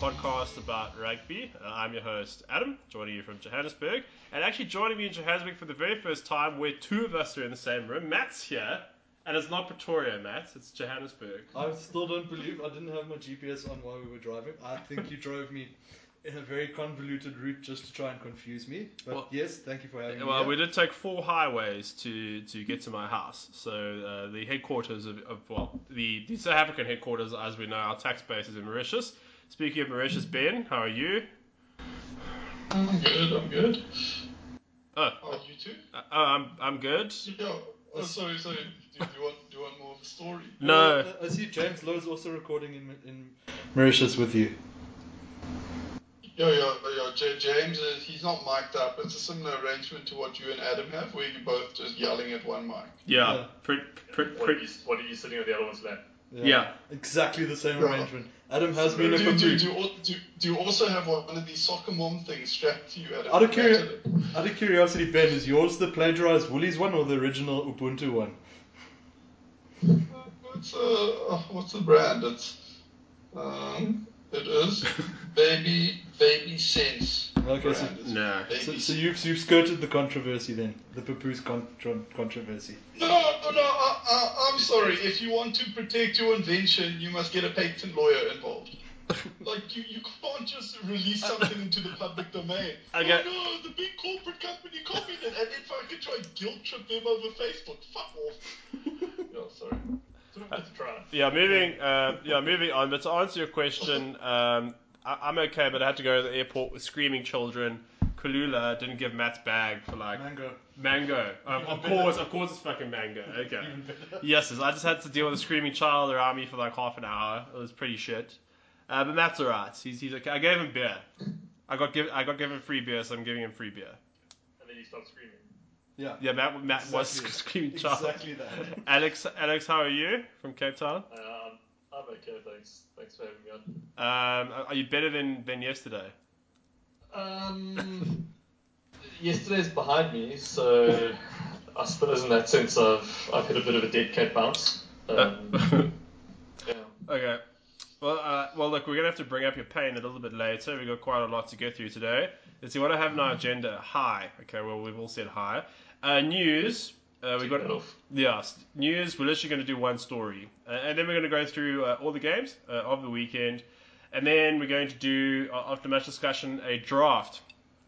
podcast about rugby. Uh, I'm your host, Adam, joining you from Johannesburg. And actually, joining me in Johannesburg for the very first time, where two of us are in the same room. Matt's here, and it's not Pretoria, Matt, it's Johannesburg. I still don't believe I didn't have my GPS on while we were driving. I think you drove me in a very convoluted route just to try and confuse me. But Well- yes, thank you for having Well, me. uh, we here. did take four highways to, to get to my house. So uh, the headquarters of, of well, the, the South African headquarters, as we know, our tax base is in Mauritius. Speaking of Mauritius, Ben, how are you? I'm good, I'm good. Oh, Oh, you too? uh, oh I'm, I'm good. Yeah. Oh, sorry, sorry. Do, do, you want, do you want more of a story? No. Uh, I see James Lowe is also recording in, in Mauritius with you. Yo, yo, yo, J- James, uh, he's not mic'd up. It's a similar arrangement to what you and Adam have, where you're both just yelling at one mic. Yeah. Yeah. Pre- pre- What are, pre- you, what are you sitting on the other one's lap? Yeah. Exactly the same Yeah. arrangement. Adam has Do, been a do, do, complete. you al- do, do you also have one of these soccer mom things strapped to you, Adam? Out of, curi- out of curiosity, Ben, is yours the plagiarized Woolies one or the original Ubuntu one? It's, uh, oh, what's the brand? It's, um, it is Baby, Baby Sense. Okay, so- brand. It's No. Baby So, so you've, you've skirted the controversy then, the papoose con- controversy. No, no, no. I, I, I'm sorry. If you want to protect your invention, you must get a patent lawyer involved. like you, you can't just release something into the public domain. I get- Oh no, the big corporate company copied it, and then fucking try and guilt trip them over Facebook. Fuck off. no, sorry. Sort of worth a try. Yeah, moving. Uh, yeah, moving on. But to answer your question, um, I- I'm okay, but I had to go to the airport with screaming children. Kalula didn't give Matt's bag for like Mango. mango. Um, of course, of course, it's fucking mango. Okay. Yes, yes, I just had to deal with a screaming child around me for like half an hour. It was pretty shit. Uh, but Matt's alright. He's he's okay. I gave him beer. I got give, I got given free beer, so I'm giving him free beer. And then you stop screaming. Yeah. Yeah, Matt, Matt was Exactly. a screaming child. Exactly that. Alex, Alex, how are you from Cape Town? Uh, I'm, I'm okay, thanks. Thanks for having me on. Um, are you better than than yesterday? Um, yesterday's behind me, so I suppose in that sense I've, I've hit a bit of a dead cat bounce. Uh, Um, yeah. okay. Well, uh, well, look, we're gonna have to bring up your pain a little bit later. We've got quite a lot to get through today. Let's see what I have in our agenda. High. Okay. Well, we've all said high. Uh, news. Uh, we've Tick that got off. yeah s- news. We're literally gonna do one story, uh, and then we're gonna go through uh, all the games uh, of the weekend, and then we're going to do uh, after match discussion a draft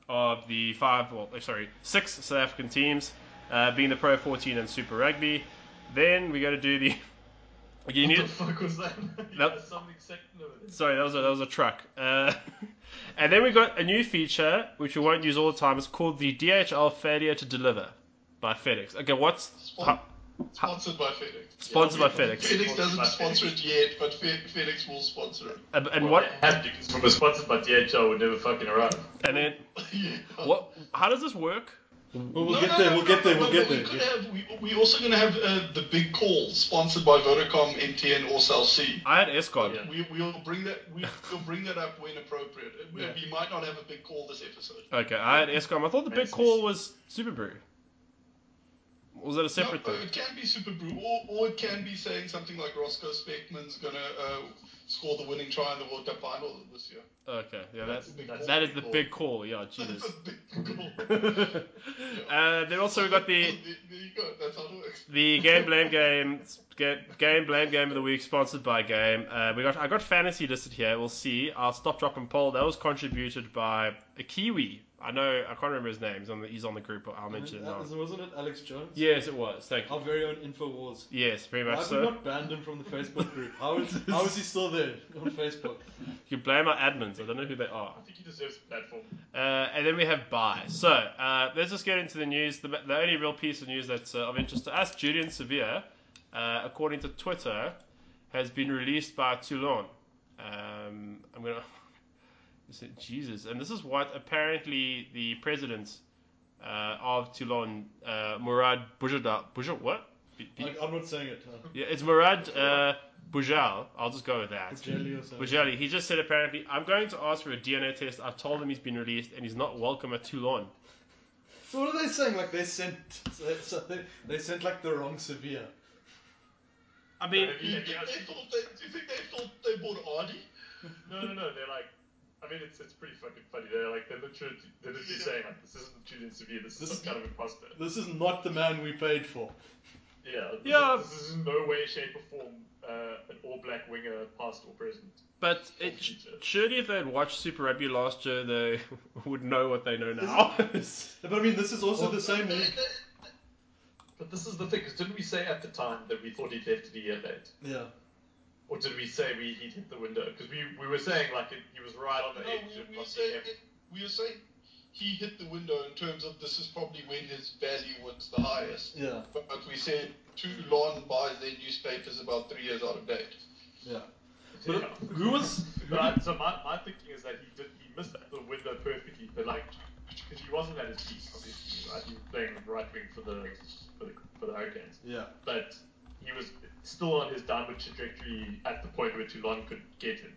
of the five, well, eh, sorry, six South African teams, uh, being the Pro 14 and Super Rugby. Then we're going to do the. Okay, you What the need, fuck was that? you Nope. had something second over there. sorry, that was a, that was a truck. Uh, and then we got a new feature which we won't use all the time. It's called the DHL failure to deliver by FedEx. Okay, what's Spon- how- Sponsored by FedX. Sponsored by FedEx. FedEx doesn't Sponsored by sponsor it yet, but Fe- FedEx will sponsor it. and and What what happened? Because we were sponsored by DHL, would never fucking arrive. and then yeah. what? How does this work? Well, we'll No, get no, there, no, we'll no, get there, no, we'll no, get we there. could have- we, we're also going to have uh, the big call sponsored by Vodacom, MTN, or Cell C. I had Escon. Yeah. We, we'll bring that. We, we'll bring that up when appropriate. We, we might not have a big call this episode. Okay, I had Escom. I thought the big That's- call was Super Brew. Was that a separate No, thing? it can be Super Brew, or, or it can be saying something like Roscoe Speckman's going to uh, score the winning try in the World Cup final this year. Okay, yeah, that's, That's the big that's, call. that is the big call. Yeah, That's Jesus. a big call. uh, then also we got the there there you go. That's how it works. the game blame game ga- game blame game of the week sponsored by game. Uh, we got I got fantasy listed here. We'll see. Our stop drop and poll that was contributed by a Kiwi. I know I can't remember his name. He's on the, he's on the group. I'll mention it That now. was- Wasn't it Alex Jones? Yes, it was. Thank you. Our very own InfoWars. Yes, very Why much have so. we not banned him from the Facebook group? How is, how is he still there on Facebook? You can blame our admins. I don't know who they are. I think he deserves a platform. Uh, and then we have buy. So uh, let's just get into the news. The, the only real piece of news that's uh, of interest to us, Julian Sevilla, uh, according to Twitter, has been released by Toulon. Um, I'm gonna Is it- Jesus, and this is what apparently the president uh, of Toulon, uh, Murad Boujada, Boujada, what? B- B- I, I'm not saying it. Uh, yeah, it's Murad uh, Boujal. I'll just go with that. Jelly or something. Bujali, he just said apparently, I'm going to ask for a DNA test. I've told him he's been released and he's not welcome at Toulon. So what are they saying? Like they sent, so, so they, they sent like the wrong Sevilla. I mean, Have Do you you- have think you they asked- thought they, do you think they thought they bought Ardy? No, no, no. They're like, I mean, it's, it's pretty fucking funny. They're like, they're literally, they're literally Yeah. saying, like, this isn't Julian Severe, this, This is is- some kind of imposter. This is not the man we paid for. Yeah, this, Yeah. Is, this is in no way, shape, or form uh, an all black winger, past or present. But it, surely if they had watched Super Rugby last year, they would know what they know now. But I mean, this is also the same They- league. they- But this is the thing, because didn't we say at the time that we thought he'd left it a year late? Yeah. Or did we say we, he'd hit the window? Because we, we were saying, like, it, he was right on the No, edge we, of we, were not being saying, able we were saying he hit the window in terms of this is probably when his value was the highest. Yeah. But, but we said Toulon buys their newspapers about three years out of date. Yeah. to- But Yeah. who was? But I, so my, my thinking is that he did he missed the window perfectly, but like because he wasn't at his peak, obviously, right? He was playing right wing for the for the for the Hurricanes, Yeah. but he was still on his downward trajectory at the point where Toulon could get him.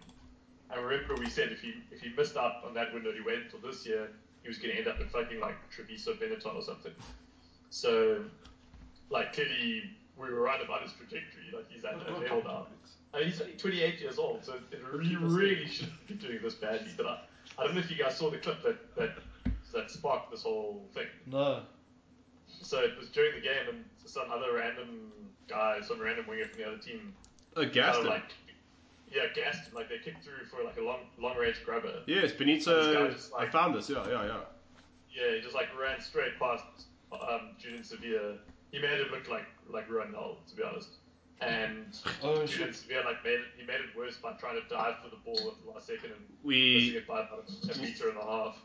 And remember, we said if he if he missed out on that window, he waited until this year, he was going to end up in fucking like Treviso, Benetton, or something. So, like clearly, we were right about his trajectory. Like he's at that level now. I mean, he's only 28 years old, so it really, really shouldn't be doing this badly. But I, I don't know if you guys saw the clip that, that that sparked this whole thing. No. So it was during the game, and some other random guy, some random winger from the other team, A kind gas. of like, yeah, gassed him. Like they kicked through for like a long, long range grabber. Yes, This guy Benito. just I like- found this. Yeah, yeah, yeah. Yeah, he just like ran straight past um, Julian Sevilla. He made it look like like Ronaldo, to be honest. And Oh, Julian shit. Sevilla like made it, he made it worse by trying to dive for the ball at the last second and missing We it by about a meter and a half.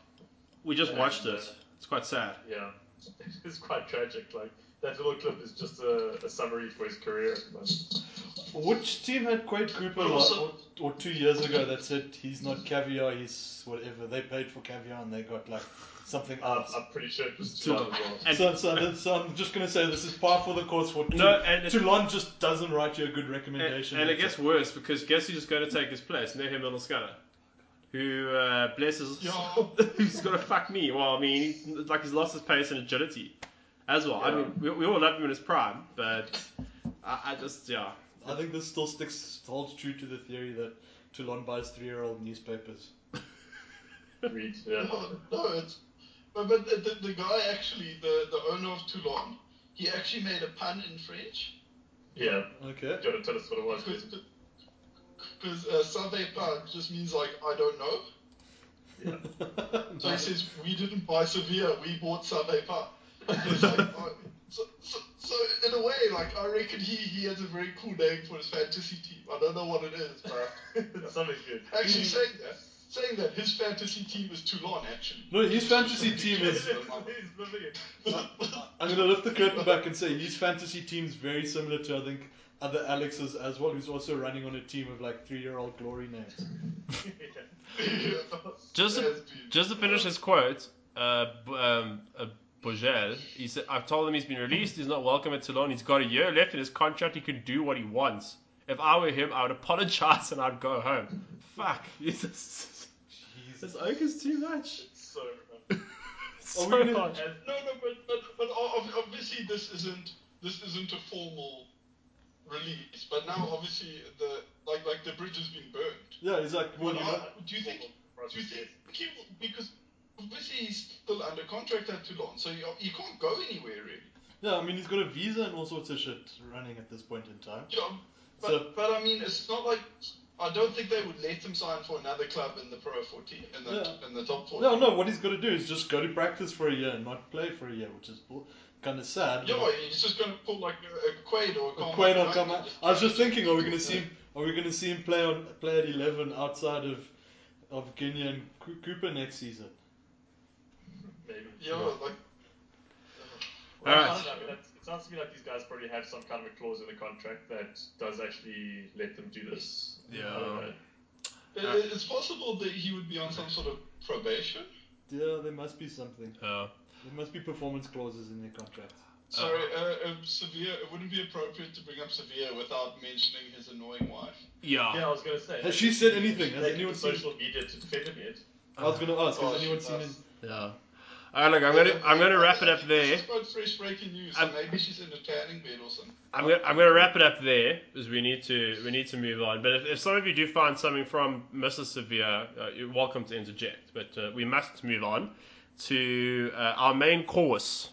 we just Yeah. watched it. It's quite sad. Yeah, it's quite tragic. Like that little clip is just a, a summary for his career at the moment. Which team had Quade Cooper But last, also- or, or two years ago that said he's not caviar, he's whatever? They paid for caviar and they got like something Um, else. I'm pretty sure it was Toulon. Toulon as well. And- so, so, that- so I'm just going to say this is par for the course for Toul- No, and it's- Toulon just doesn't write you a good And, recommendation. and it It's gets worse because guess who's going to take his place? Nehem Little Scudder. Who, uh, bless his. Yo. who's going to fuck me? Well, I mean, he's, like he's lost his pace and agility as well. I Yeah. mean, we, we all love him in his prime, but I, I just, yeah. like- I think this still sticks holds true to the theory that Toulon buys three-year-old newspapers. Reed, yeah. No, no, it's but, but the, the, the guy actually, the, the owner of Toulon, he actually made a pun in French yeah. Okay. Do you want to tell us what it was? Jason? because uh, savez pas just means like I don't know. Yeah. So he says we didn't buy Sevilla, we bought savez pas. It's like, oh, so, so, so in a way, like I reckon he, he has a very cool name for his fantasy team. I don't know what it is, but it's something good. actually saying that, saying that his fantasy team is Toulon actually. No, his fantasy team He's is. living it. I'm going to lift the curtain back and say his fantasy team's very similar to, I think, other Alex's as well, who's also running on a team of like three year old glory names. Just Has to, been. just to finish his quote, uh, B- um, uh, Bogel, he said, I've told him he's been released, he's not welcome at Toulon, he's got a year left in his contract, he can do what he wants. If I were him, I would apologize and I'd go home. Fuck. This, this Jesus. oak is too much. So, So we gonna- much. and No, no, but, but but o- ob- obviously this isn't this isn't a formal release. But now obviously the like like the bridge has been burned. Yeah, he's like, well, But you know, I- uh, do you think do you think Process. he will, because obviously he's still under contract at Toulon, so you, you can't go anywhere really. yeah, I mean, he's got a visa and all sorts of shit running at this point in time. You know, but So- but I mean it's not like. I don't think they would let him sign for another club in the Pro 14 in the Yeah. in the top 14. No, no, what he's got to do is just go to practice for a year and not play for a year, which is kind of sad. Yeah, he's just going to pull like a, a Quaid or a But Carmack Quaid will Knight come and out. just- I was just thinking, are we going to see him? Are we going to see him play on play at eleven outside of of Guinea and Coo- Cooper next season? Maybe. Yeah, like Well, Alright. I don't know, I mean, that's- it sounds to me like these guys probably have some kind of a clause in the contract that does actually let them do this. Yeah. I don't know. It- it- It's possible that he would be on some sort of probation. Yeah, there must be something. Oh. There must be performance clauses in their contracts. Sorry, uh, uh, Sevilla. It wouldn't be appropriate to bring up Sevilla without mentioning his annoying wife. Yeah. Yeah, I was going to say. Has she said anything? Has They- anyone the seen? Uh, social media to defend him yet? I was going to ask. Oh, Has anyone she seen? does. it? Yeah. All right, look, I'm gonna I'm gonna wrap it up there. Um, She's got fresh breaking news, so I'm- maybe she's in a tanning bed or something. I'm gonna, I'm gonna wrap it up there because we need to we need to move on. But if, if some of you do find something from Mrs. Severe, uh, you're welcome to interject. But uh, we must move on to uh, our main course.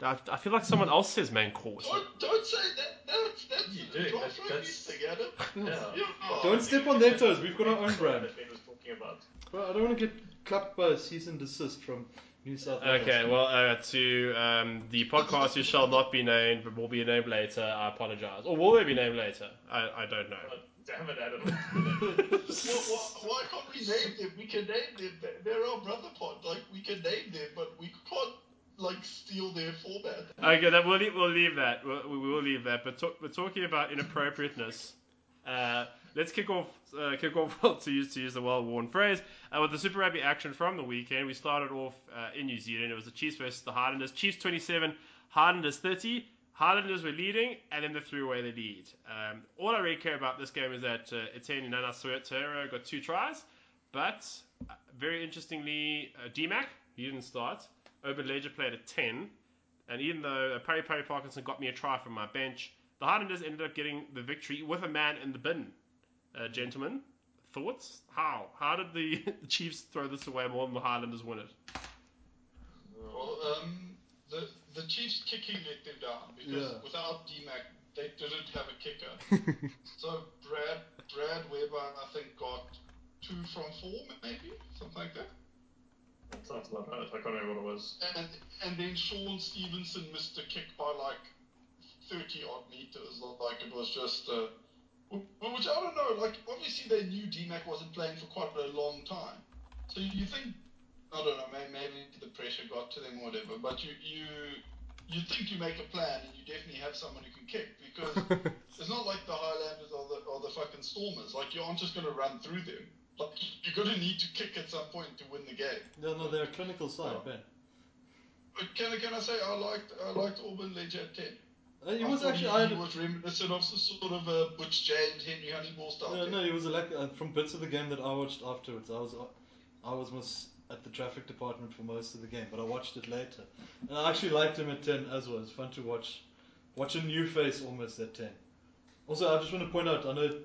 I, I feel like someone else says main course. Don't, don't say that. That's that's You a do, drop that's- from that's- Oh. Easter, Adam. Yeah. You are. Don't step on their toes. We've got our own brand. That Ben was talking about. Well, I don't want to get clapped by a cease and desist from New South Wales. Okay, well, uh, to um, the podcast who shall not be named but will be named later, I apologize. Or will they be named later? I, I don't know. Oh, damn it, Adam. Why, why- why can't we name them? We can name them. They- They're our brother pod. Like we can name them, but we can't like steal their format. Okay, that we'll leave, we'll leave that. We'll, we will leave that. But talk, we're talking about inappropriateness. Uh, let's kick off. Uh, kick off well, to use to use the well-worn phrase uh, with the Super Rugby action from the weekend. We started off uh, in New Zealand. It was the Chiefs versus the Highlanders. Chiefs 27, Highlanders 30. Highlanders were leading, and then they threw away the lead. Um, all I really care about this game is that uh, Etienne Nana Suetero got two tries, but uh, very interestingly, uh, DMAC he didn't start. Urban Ledger played at 10. And even though uh, Parry Parry Parkinson got me a try from my bench, the Highlanders ended up getting the victory with a man in the bin. Uh, gentlemen, thoughts? How? How did the, the Chiefs throw this away more than the Highlanders win it? Well, um, the the Chiefs kicking let them down because Yeah. without DMAC they didn't have a kicker. so Brad Brad Weber I think got two from four maybe something like that. That sounds about right. I can't remember what it was. And and then Sean Stevenson missed a kick by like thirty odd meters. Not like it was just. Uh, wh- which I don't know. Like obviously they knew DMAC wasn't playing for quite a long time, so you think I don't know. Maybe, maybe the pressure got to them or whatever. But you you you think you make a plan and you definitely have someone who can kick because it's not like the Highlanders or the or the fucking Stormers. Like you aren't just gonna run through them. Like you're gonna need to kick at some point to win the game. No, no, they're a clinical side, Ben. But can, I- can I say I liked I liked Auburn Ledger at 10. Uh, It I was thought actually. he, I he had, was reminiscent of some sort of a Butch James, Henry Honeyball style. no, thing. no, it was a lack, uh, from bits of the game that I watched afterwards. I was, uh, I was most at the traffic department for most of the game, but I watched it later. And I actually liked him at ten as well. It's fun to watch, watch a new face almost at ten. Also, I just want to point out. I know.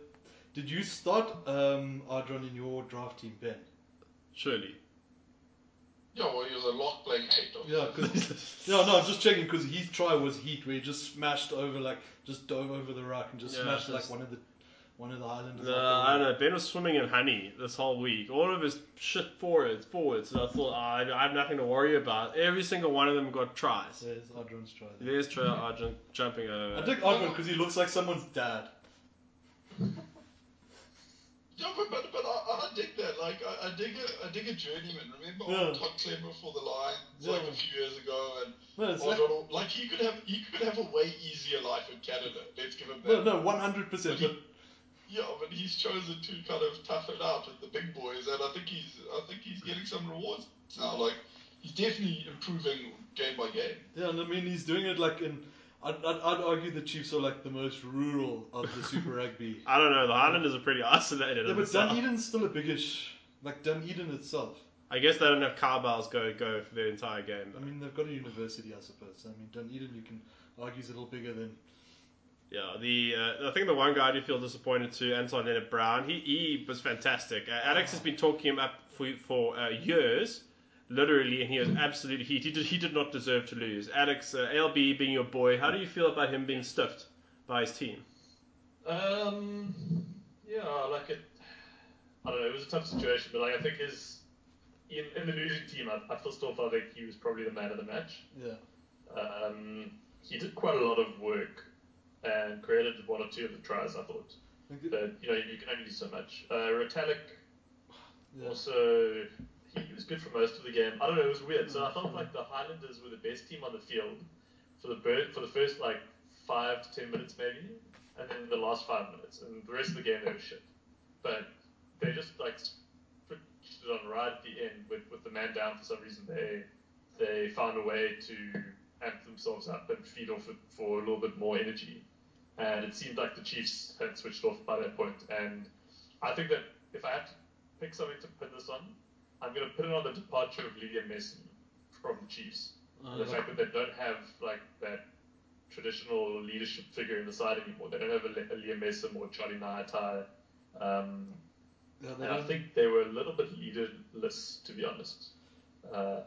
Did you start um, Ardron in your draft team, Ben? Surely. Yeah, well, he was a lock playing eight. obviously. Yeah, because yeah, no, I'm just checking because his try was heat where he just smashed over like just dove over the rock and just Yeah, smashed just- like one of the one of the islanders. No, off the I wall. don't know. Ben was swimming in honey this whole week. All of his shit forwards, forwards. And I thought, "Ah, I, I have nothing to worry about. Every single one of them got tries. There's Adron's try. there. There's Trey Argent jumping I over. took Adron because he looks like someone's dad. Yeah, but, but, but I, I dig that. Like, I, I dig a, I dig a journeyman. Remember Yeah. old Todd Clemmer for the Lions like Yeah. a few years ago, and No, it's like, Aldrin- like he could have he could have a way easier life in Canada. Let's give him no, that. no, 100. percent But Yeah, but he's chosen to kind of tough it out with the big boys, and I think he's I think he's getting some rewards now. Like he's definitely improving game by game. yeah, and I mean he's doing it like in. I'd, I'd, I'd argue the Chiefs are like the most rural of the Super Rugby. I don't know. The Highlanders are pretty isolated. yeah, in but itself. Dunedin's still a biggish, like Dunedin itself. I guess they don't have cowbells go go for the entire game. I Though. mean they've got a university, I suppose. I mean Dunedin, you can argue is a little bigger than Yeah, the uh, I think the one guy I do feel disappointed to Anton Leonard Brown. He he was fantastic. Uh, Alex has been talking him up for for uh, years, literally, and he was absolutely he he did, he did not deserve to lose. Alex uh, LB being your boy, how do you feel about him being stuffed by his team? Um, yeah, like it. I don't know. It was a tough situation, but like I think his in, in the losing team, I, I feel still felt like he was probably the man of the match. yeah. Um, he did quite a lot of work and created one or two of the tries, I thought. Like, But you know, you can only do so much. Uh, Retallick yeah. also he was good for most of the game. I don't know, it was weird. So I felt like the Highlanders were the best team on the field for the bir- for the first like five to ten minutes maybe, and then the last five minutes, and the rest of the game they were shit. But they just like put it on right at the end with, with the man down for some reason. They they found a way to amp themselves up and feed off it for a little bit more energy. And it seemed like the Chiefs had switched off by that point. And I think that if I had to pick something to put this on, I'm going to put it on the departure of Lydia Mason from the Chiefs. Uh, And the fact that they don't have like that traditional leadership figure in the side anymore. They don't have a, Le- a Liam Mason or Charlie Naitai. Um, yeah, they and I don't. think they were a little bit leaderless, to be honest. Uh,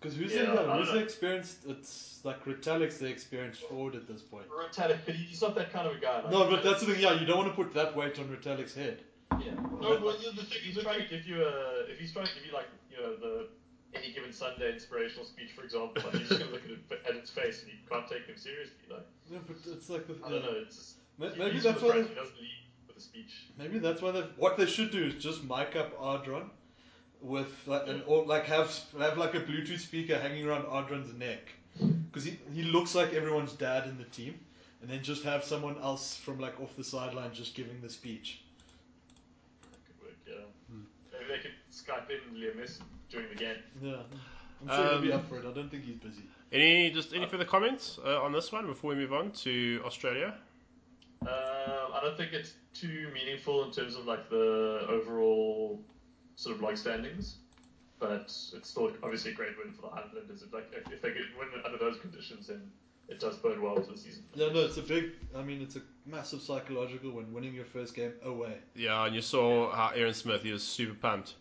Because who's yeah, the I yeah, who's don't the know. experienced? It's like Retalix, the experienced forward at this point. Rotella, he's not that kind of a guy. like- No, but that's the thing. Yeah, you don't want to put that weight on Retalix's head. Yeah. No, well, yeah, the thing If is, he's the trying to thing, give you a, if he's trying to give you like, you know, the any given Sunday inspirational speech, for example, like, you're just gonna look at, it, at its face and you can't take him seriously. Like, Yeah, but it's like the, I don't know. It's just, May- he Maybe leads that's with a why. brand, they- he doesn't lead with a speech. Maybe that's why they. What they should do is just mic up Ardron, with like an or like have have like a Bluetooth speaker hanging around Ardron's neck, because he he looks like everyone's dad in the team, and then just have someone else from like off the sideline just giving the speech. That could work. Yeah. Hmm. Maybe they could Skype in Liam Mason during the game. Yeah. I'm sure he'll be Um, up for it. I don't think he's busy. Any just any further comments uh, on this one before we move on to Australia? Um, I don't think it's too meaningful in terms of like the overall sort of like standings, but it's still obviously a great win for the Highlanders. If, like if- if they could win under those conditions, then it does bode well for the season. Yeah, no, it's a big. I mean, it's a massive psychological win, winning your first game away. Yeah, and you saw how Aaron Smith he was super pumped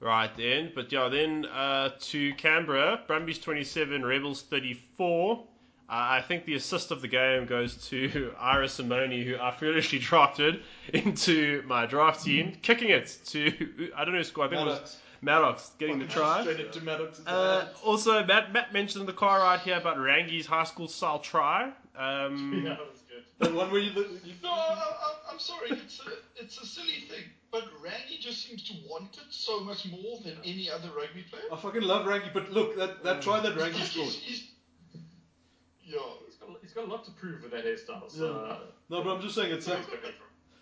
right then. But yeah, then uh, to Canberra, Brumbies 27, Rebels 34. Uh, I think the assist of the game goes to Ira Simoni, who I foolishly drafted into my draft team, kicking it to I don't know who scored. I think it was Maddox. Maddox getting the Fucking try. Straight it to Maddox. Uh, also, Matt, Matt mentioned in the car ride here about Rangi's high school style try. Hmm. Um, Yeah, that was good. the one where you, you no, I, I, I'm sorry, it's a, it's a silly thing, but Randy just seems to want it so much more than any other rugby player. Oh, I fucking love Ranky, but look that that try that Ranky Like, scored. he's- he's- Yeah. He's got, he's got a lot to prove with that hairstyle. So, Yeah. No, but I'm just saying it's uh, like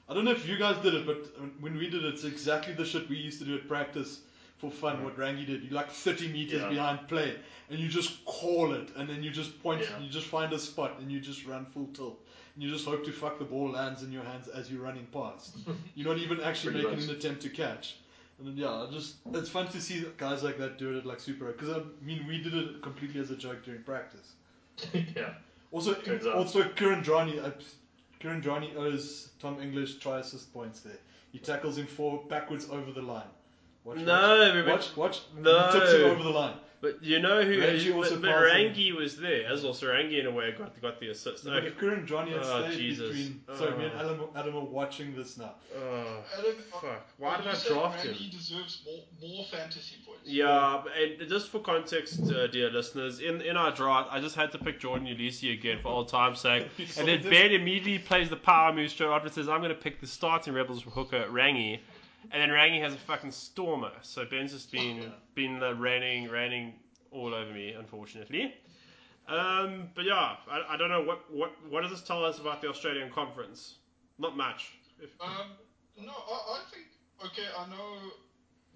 I don't know if you guys did it, but uh, when we did it, it's exactly the shit we used to do at practice for fun. What Rangi did, you like 30 meters Yeah. behind play, and you just call it, and then you just point, Yeah. and you just find a spot, and you just run full tilt, and you just hope to fuck the ball lands in your hands as you're running past. you're not even actually Pretty making much. an attempt to catch. And then, yeah, I just it's fun to see guys like that do it at like Super because I mean we did it completely as a joke during practice. yeah. Also, Turns out. also Kiran Drani, uh, Kiran Drani owes Tom English try assist points there. He tackles him four backwards over the line. Watch, No, watch, we- watch, watch. No. He tips him over the line. But you know who? Rangi but- also but passed him. Rangi was there as well. So Rangi, in a way, got got the assist. But if Kiran Drani had Oh, stayed Jesus. between, sorry, me and Oh. Adam, Adam are watching this now. Oh, Adam, fuck. Why did uh, you I said draft him? Randy deserves more, more fantasy points. Yeah, but- and just for context, uh, dear listeners, in, in our draft, I just had to pick Jordan Ulysses again for old time's sake. and then Ben immediately plays the power move straight after and says, I'm going to pick the starting Rebels hooker, Rangi. And then Rangi has a fucking stormer. So Ben's just been, been uh, raining, raining all over me, unfortunately. Um, but yeah, I, I don't know. What, what, what does this tell us about the Australian conference? Not much. If, Um, no, I, I think, okay, I know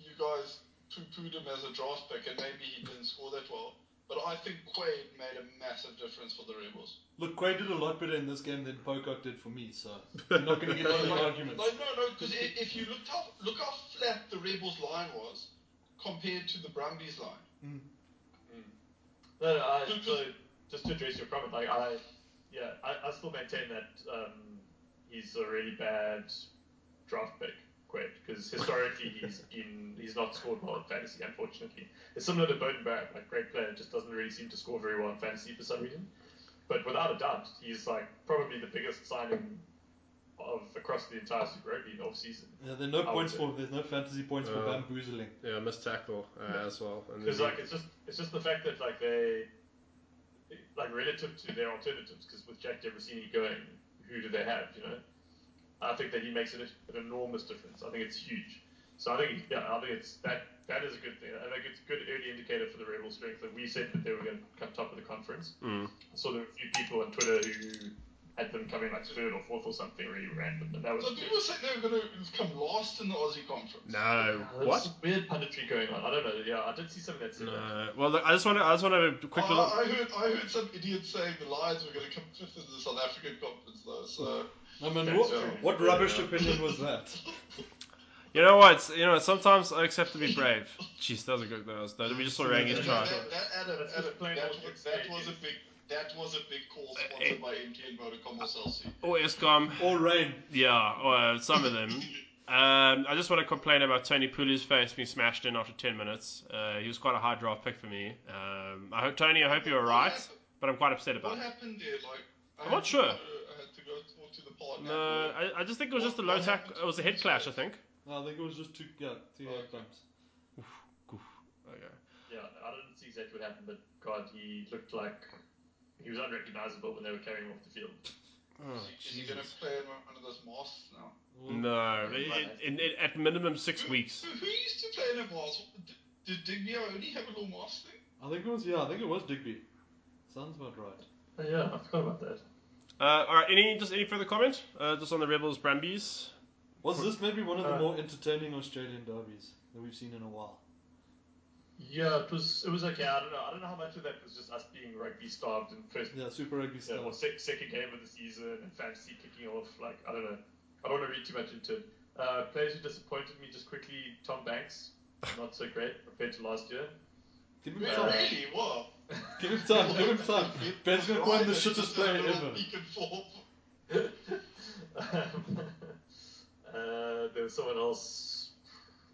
you guys poo-pooed him as a draft pick, and maybe he didn't score that well, but I think Quaid made a massive difference for the Rebels. Look, Quay did a lot better in this game than Pocock did for me, so I'm not going to get into Like- arguments. Like, no, no, because if, if you looked how, look how flat the Rebels' line was compared to the Brumbies' line. No, no, I, so just to address your comment, like I, yeah, I, I still maintain that um, he's a really bad draft pick, Quaid, because historically he's been he's not scored well in fantasy, unfortunately. It's similar to Bowden Barrett, like great player, just doesn't really seem to score very well in fantasy for some reason. But without a doubt, he's like probably the biggest signing of across the entire Super Rugby offseason. Yeah, there are no I points would- for there's no fantasy points for Uh, bamboozling. yeah, missed tackle uh, as well. And Because then- like it's just it's just the fact that like they like relative to their alternatives. Because with Jack Debrasini going, who do they have? You know, I think that he makes an, an enormous difference. I think it's huge. So I think yeah, I think it's that that is a good thing. I think it's a good early indicator for the Rebel strength that we said that they were going to come top of the conference. Mm. I saw there were a few people on Twitter who had them coming like third or fourth or something really random, and that was So people said they were going to come last in the Aussie Conference. no, There's what? some weird punditry going on. I don't know. Yeah, I did see something that said that. No. Well, look, I just want to. I just want to have a quick I, little. I heard I heard some idiot saying the Lions were going to come fifth in the South African Conference, though, so... I mean, That's what, true. what Yeah. rubbish opinion was that? You know what? it's- You know sometimes Oaks have to be brave. Jeez, that was a good. That was, that, we just saw Yeah, Rangi's that, try. that, that, Adam, That's Adam, just plain that, old was, that X-Men. was a big that was a big call eh. sponsored by MTN Vodacom or Celsi. Or Escom. All rain. Yeah, or some of them. Um, I just want to complain about Tony Pulu's face being smashed in after 10 minutes. Uh, he was quite a high draft pick for me. Um, I hope Tony, I hope you're right, but I'm quite upset What about it. happened there? Like, I I'm had not to sure. go- I had to go talk to the partner. No, I, I just think it was just a low tackle. It was a head clash, I think. No, I think it was just two, yeah, two Oh, head bumps. Okay. Yeah, I didn't see exactly what happened, but God, he looked like he was unrecognizable when they were carrying him off the field. Oh, Is he- is he gonna Jesus. play in one of those masks now? No, it- it- it- at minimum six Who- weeks. Who, who used to play in a mask? Did, did Digby only have a little mask thing? I think it was, yeah, I think it was Digby. Sounds about right. Oh, yeah, I forgot about that. Uh, all right, any just any further comment? Uh, just on the Rebels Brumbies. Was this maybe one of the Uh, more entertaining Australian derbies that we've seen in a while? Yeah, it was it was okay. I don't know. I don't know how much of that was just us being rugby starved and first Yeah, Super Rugby Yeah, style. well, sec- second game of the season and fantasy kicking off. Like, I don't know. I don't want to read too much into it. Uh, players who disappointed me just quickly Tom Banks, not so great compared to last year. Give him Really? time. really? Wow. Give him time. Give him time. Ben's gonna call him the Right, it's shittest just a player little ever. peek and fall. um, uh, there was someone else.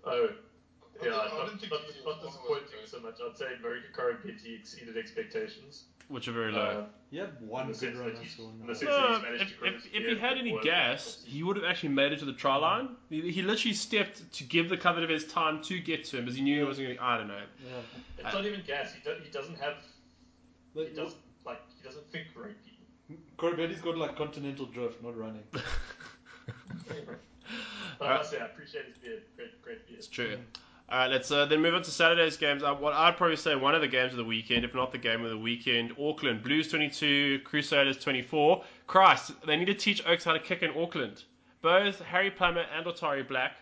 Oh, I yeah, don't- I not, didn't think not, he was not one of disappointing those. so much. I'd say Marika Korompeti exceeded expectations. Which are very low. Uh, He had one The good sense run. that I he's- saw in the the sense- No, Um, if, if, if he had any gas, he would have actually made it to the try line. He, he literally stepped to give the cover of his time to get to him because he knew it wasn't going to. I don't know. Yeah. it's Uh, not even gas. He, do, he doesn't have. He But doesn't like. He doesn't think rugby. Corbetti's got like continental drift, not running. But I must say, I appreciate his beard. Great, great beard. It's true. All right, let's uh, then move on to Saturday's games. Uh, what I'd probably say one of the games of the weekend, if not the game of the weekend, Auckland Blues 22, Crusaders 24. Christ, they need to teach Oaks how to kick in Auckland. Both Harry Plummer and Otari Black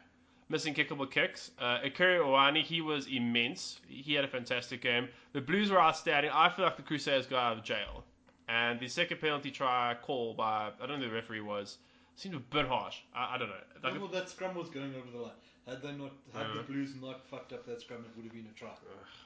missing kickable kicks. Uh, Ikuri Owani, he was immense. He had a fantastic game. The Blues were outstanding. I feel like the Crusaders got out of jail. And the second penalty try call by, I don't know who the referee was, seemed a bit harsh. I, I don't know. Like, well, that scrum was going over the line. Had they not, had Yeah. the Blues not fucked up that scrum, it would have been a try.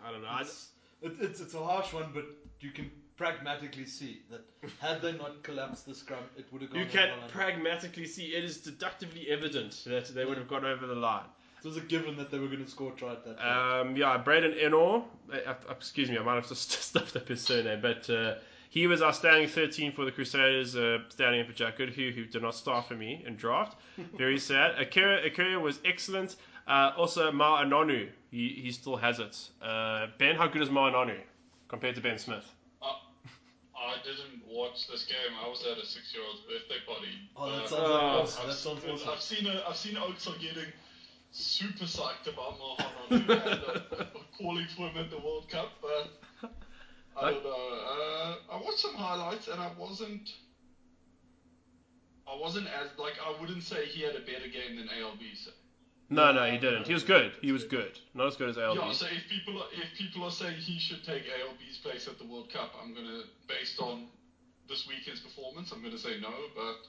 I don't know. I, It's, it, it's it's a harsh one, but you can pragmatically see that had they not collapsed the scrum, it would have gone You over can the line. pragmatically see it is deductively evident that they would have got over the line. it was a given that they were going to score a try at that. point. Um, yeah, Braden Enor, uh, uh, excuse me, I might have just stuffed up his surname, but uh, he was our standing 13 for the Crusaders, uh, standing in for Jack Goodhue, who did not start for me in draft. Very sad. Akira, Akira was excellent. Uh, also, Ma Anonu, he, he still has it. Uh, ben, how good is Ma Anonu compared to Ben Smith? I didn't watch this game. I was at a six-year-old's birthday party. oh, that sounds, uh, like, awesome. I've, that sounds seen, awesome. I've seen a, I've seen Oaks are getting super psyched about Mahan on and uh, calling for him at the World Cup, but I don't know. Uh, I watched some highlights and I wasn't. I wasn't as like I wouldn't say he had a better game than ALB. So. No, no, he didn't. He was good. He was good. Not as good as ALB. Yeah, so if people are, if people are saying he should take ALB's place at the World Cup, I'm gonna based on this weekend's performance, I'm gonna say no. But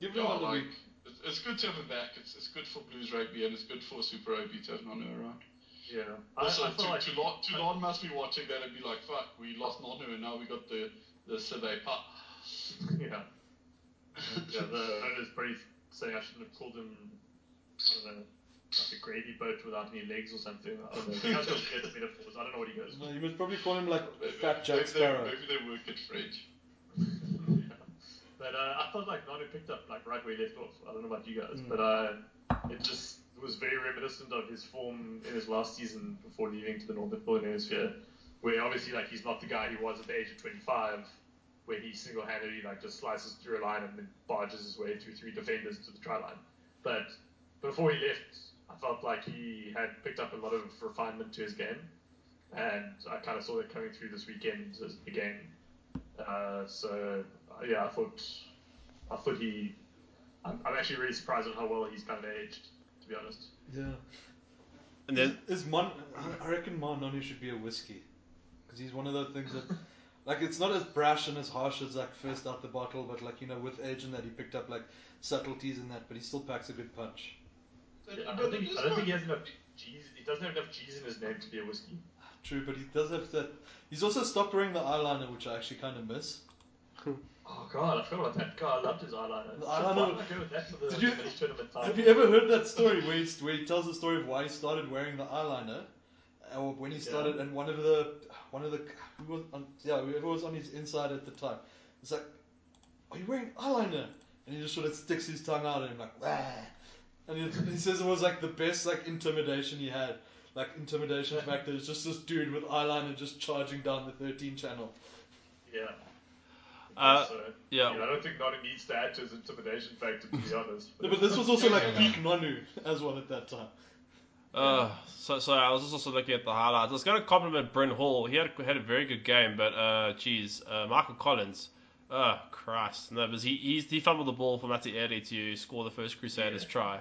Give yeah, him another like week. it's, it's good to have him back. It's, it's good for Blues rugby and it's good for Super rugby to have Nonu around. Yeah. I, Also, I feel Tu- like Toulon, Toulon must be watching that and be like, "Fuck, we lost Nonu and now we got the the Survey Pup." Yeah. Yeah, the owner's probably saying I shouldn't have called him, I don't know, like a gravy boat without any legs or something. I don't know. He has got weird metaphors. I don't know what he goes No, you must probably call him like Maybe- Fat Jack maybe they- Sparrow. Maybe they work at French. for. Yeah. But uh, I felt like Nanu picked up like right where he left off. I don't know about you guys, but uh, it just was very reminiscent of his form in his last season before leaving to the Northern Northern Hemisphere, where obviously like he's not the guy he was at the age of 25, where he single-handedly like just slices through a line and then barges his way through three defenders to the try line. But before he left, I felt like he had picked up a lot of refinement to his game, and I kind of saw that coming through this weekend as again. Uh, so uh, yeah, I thought I thought he. I'm, I'm actually really surprised at how well he's kind of aged, to be honest. Yeah. And then Is Mon? I- I reckon Mononi should be a whiskey, because he's one of those things that, like, it's not as brash and as harsh as like first out the bottle, but like you know, with age and that he picked up like subtleties and that, but he still packs a good punch. Uh, I don't think, I don't think he has enough G's. He doesn't have enough G's in his name to be a whiskey. True, but he does have that. He's also stopped wearing the eyeliner, which I actually kind of miss. Oh god, I forgot about that. God, I loved his eyeliner. The eyeliner- I go with that for the Did you- Finnish tournament time. Have you ever heard that story where he, where he tells the story of why he started wearing the eyeliner, or when he started, and one of the one of the who was on, yeah whoever was on his inside at the time, it's like, are you wearing eyeliner? And he just sort of sticks his tongue out at him like, Wah. and he, he says it was like the best like intimidation he had, like intimidation factor is just this dude with eyeliner just charging down the 13 channel. Yeah. I Uh, guess so. yeah. I mean, I don't think Noddy needs to add to his intimidation factor, to be honest. No, but this was also like peak Nonu as well at that time. Uh, so, so I was just also looking at the highlights. I was going to compliment Bryn Hall. He had had a very good game, but uh, geez, uh, Michael Collins. Oh Christ, no, because he he's, he fumbled the ball for Matty Eddie to score the first Crusaders try.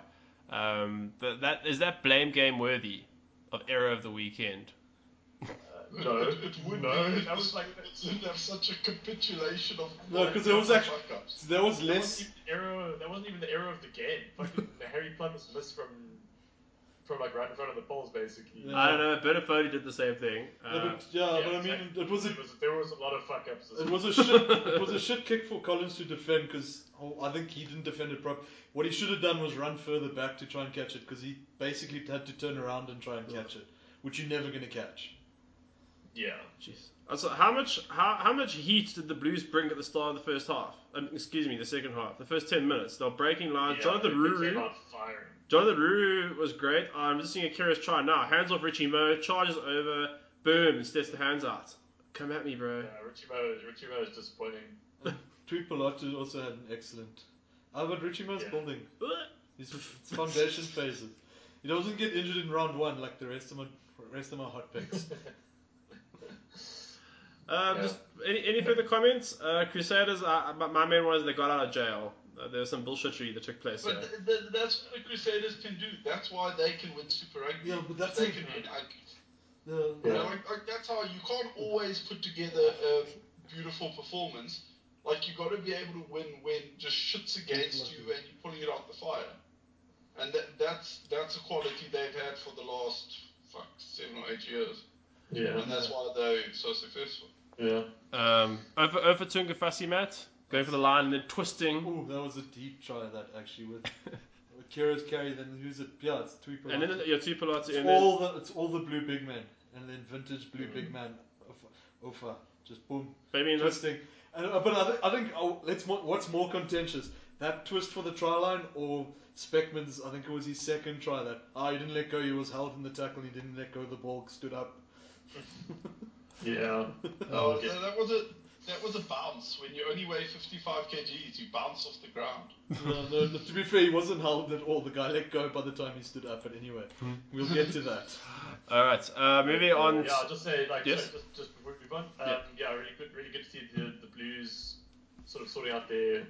Um, that, that is that blame game worthy of error of the weekend. uh, No, It, it would no, be. that was like- It didn't have such a capitulation of. No, 'cause it was actually- Fuck-ups. So there was That less. wasn't even the error. That wasn't even the error of the game. Fucking the Harry Plummer's missed from, from like right in front of the poles, basically. Yeah. I don't know. Bernafodi did the same thing. Yeah, Uh, but, yeah, yeah, but I mean, exactly. it was a There was, there was a lot of fuck ups. it was a shit it was a shit kick for Collins to defend because I think he didn't defend it properly. What he should have done was run further back to try and catch it because he basically had to turn around and try and catch it, which you're never gonna catch. Yeah. Jeez. Also, how much how, how much heat did the Blues bring at the start of the first half? Um, excuse me, the second half, the first ten minutes. They're breaking lines. yeah Jonathan they Ruru. came out firing. Jonathan Ruru was great. I'm just seeing a curious try now. Hands off Richie Mo, charges over, boom, steps the hands out. Come at me, bro. Yeah, Richie Mo, Richie Mo is disappointing. Tweet Pilato also had an excellent. Ah, but Richie Mo's Yeah. building Ugh. his foundation phases. He doesn't get injured in round one like the rest of my rest of my hot picks. Um, Yeah. Just any, any further comments? Uh, Crusaders. Uh, my- my main one is they got out of jail. Uh, there was some bullshittery that took place. But there. th- th- that's what the Crusaders can do. That's why they can win Super Rugby. Yeah, but that's they it. can win. Like, The- You know, like, like that's how you can't always put together a beautiful performance. Like you got to be able to win when just shits against you and you're pulling it out the fire. And that, that's that's a quality they've had for the last fuck seven or eight years, Yeah. and that's why they're so successful. Yeah. Um, over over Tunga Fassi, Matt. Going for the line and then twisting. Ooh, that was a deep try that actually with with Kira's carry. Then who's it? Yeah, it's Tweet And then your two pilots It's and then all the it's all the blue big man, and then vintage blue big man, Ofa, Ofa just boom, Fabian twisting. And, uh, but I, th- I think oh, let's mo- what's more contentious, that twist for the try line or Speckman's? I think it was his second try that ah he didn't let go, he was held in the tackle, he didn't let go, the ball stood up. Yeah. Oh, okay. that, that was a that was a bounce when you only weigh 55 kgs, you bounce off the ground. no, no, no, to be fair, he wasn't held at all. The guy let go by the time he stood up. But anyway, Hmm. we'll get to that. All right. Uh, moving on. Yeah, I'll just say, like, Yes? sorry, just, just before we move on, um, Yeah. yeah. really good, really good to see the, the Blues sort of sorting out their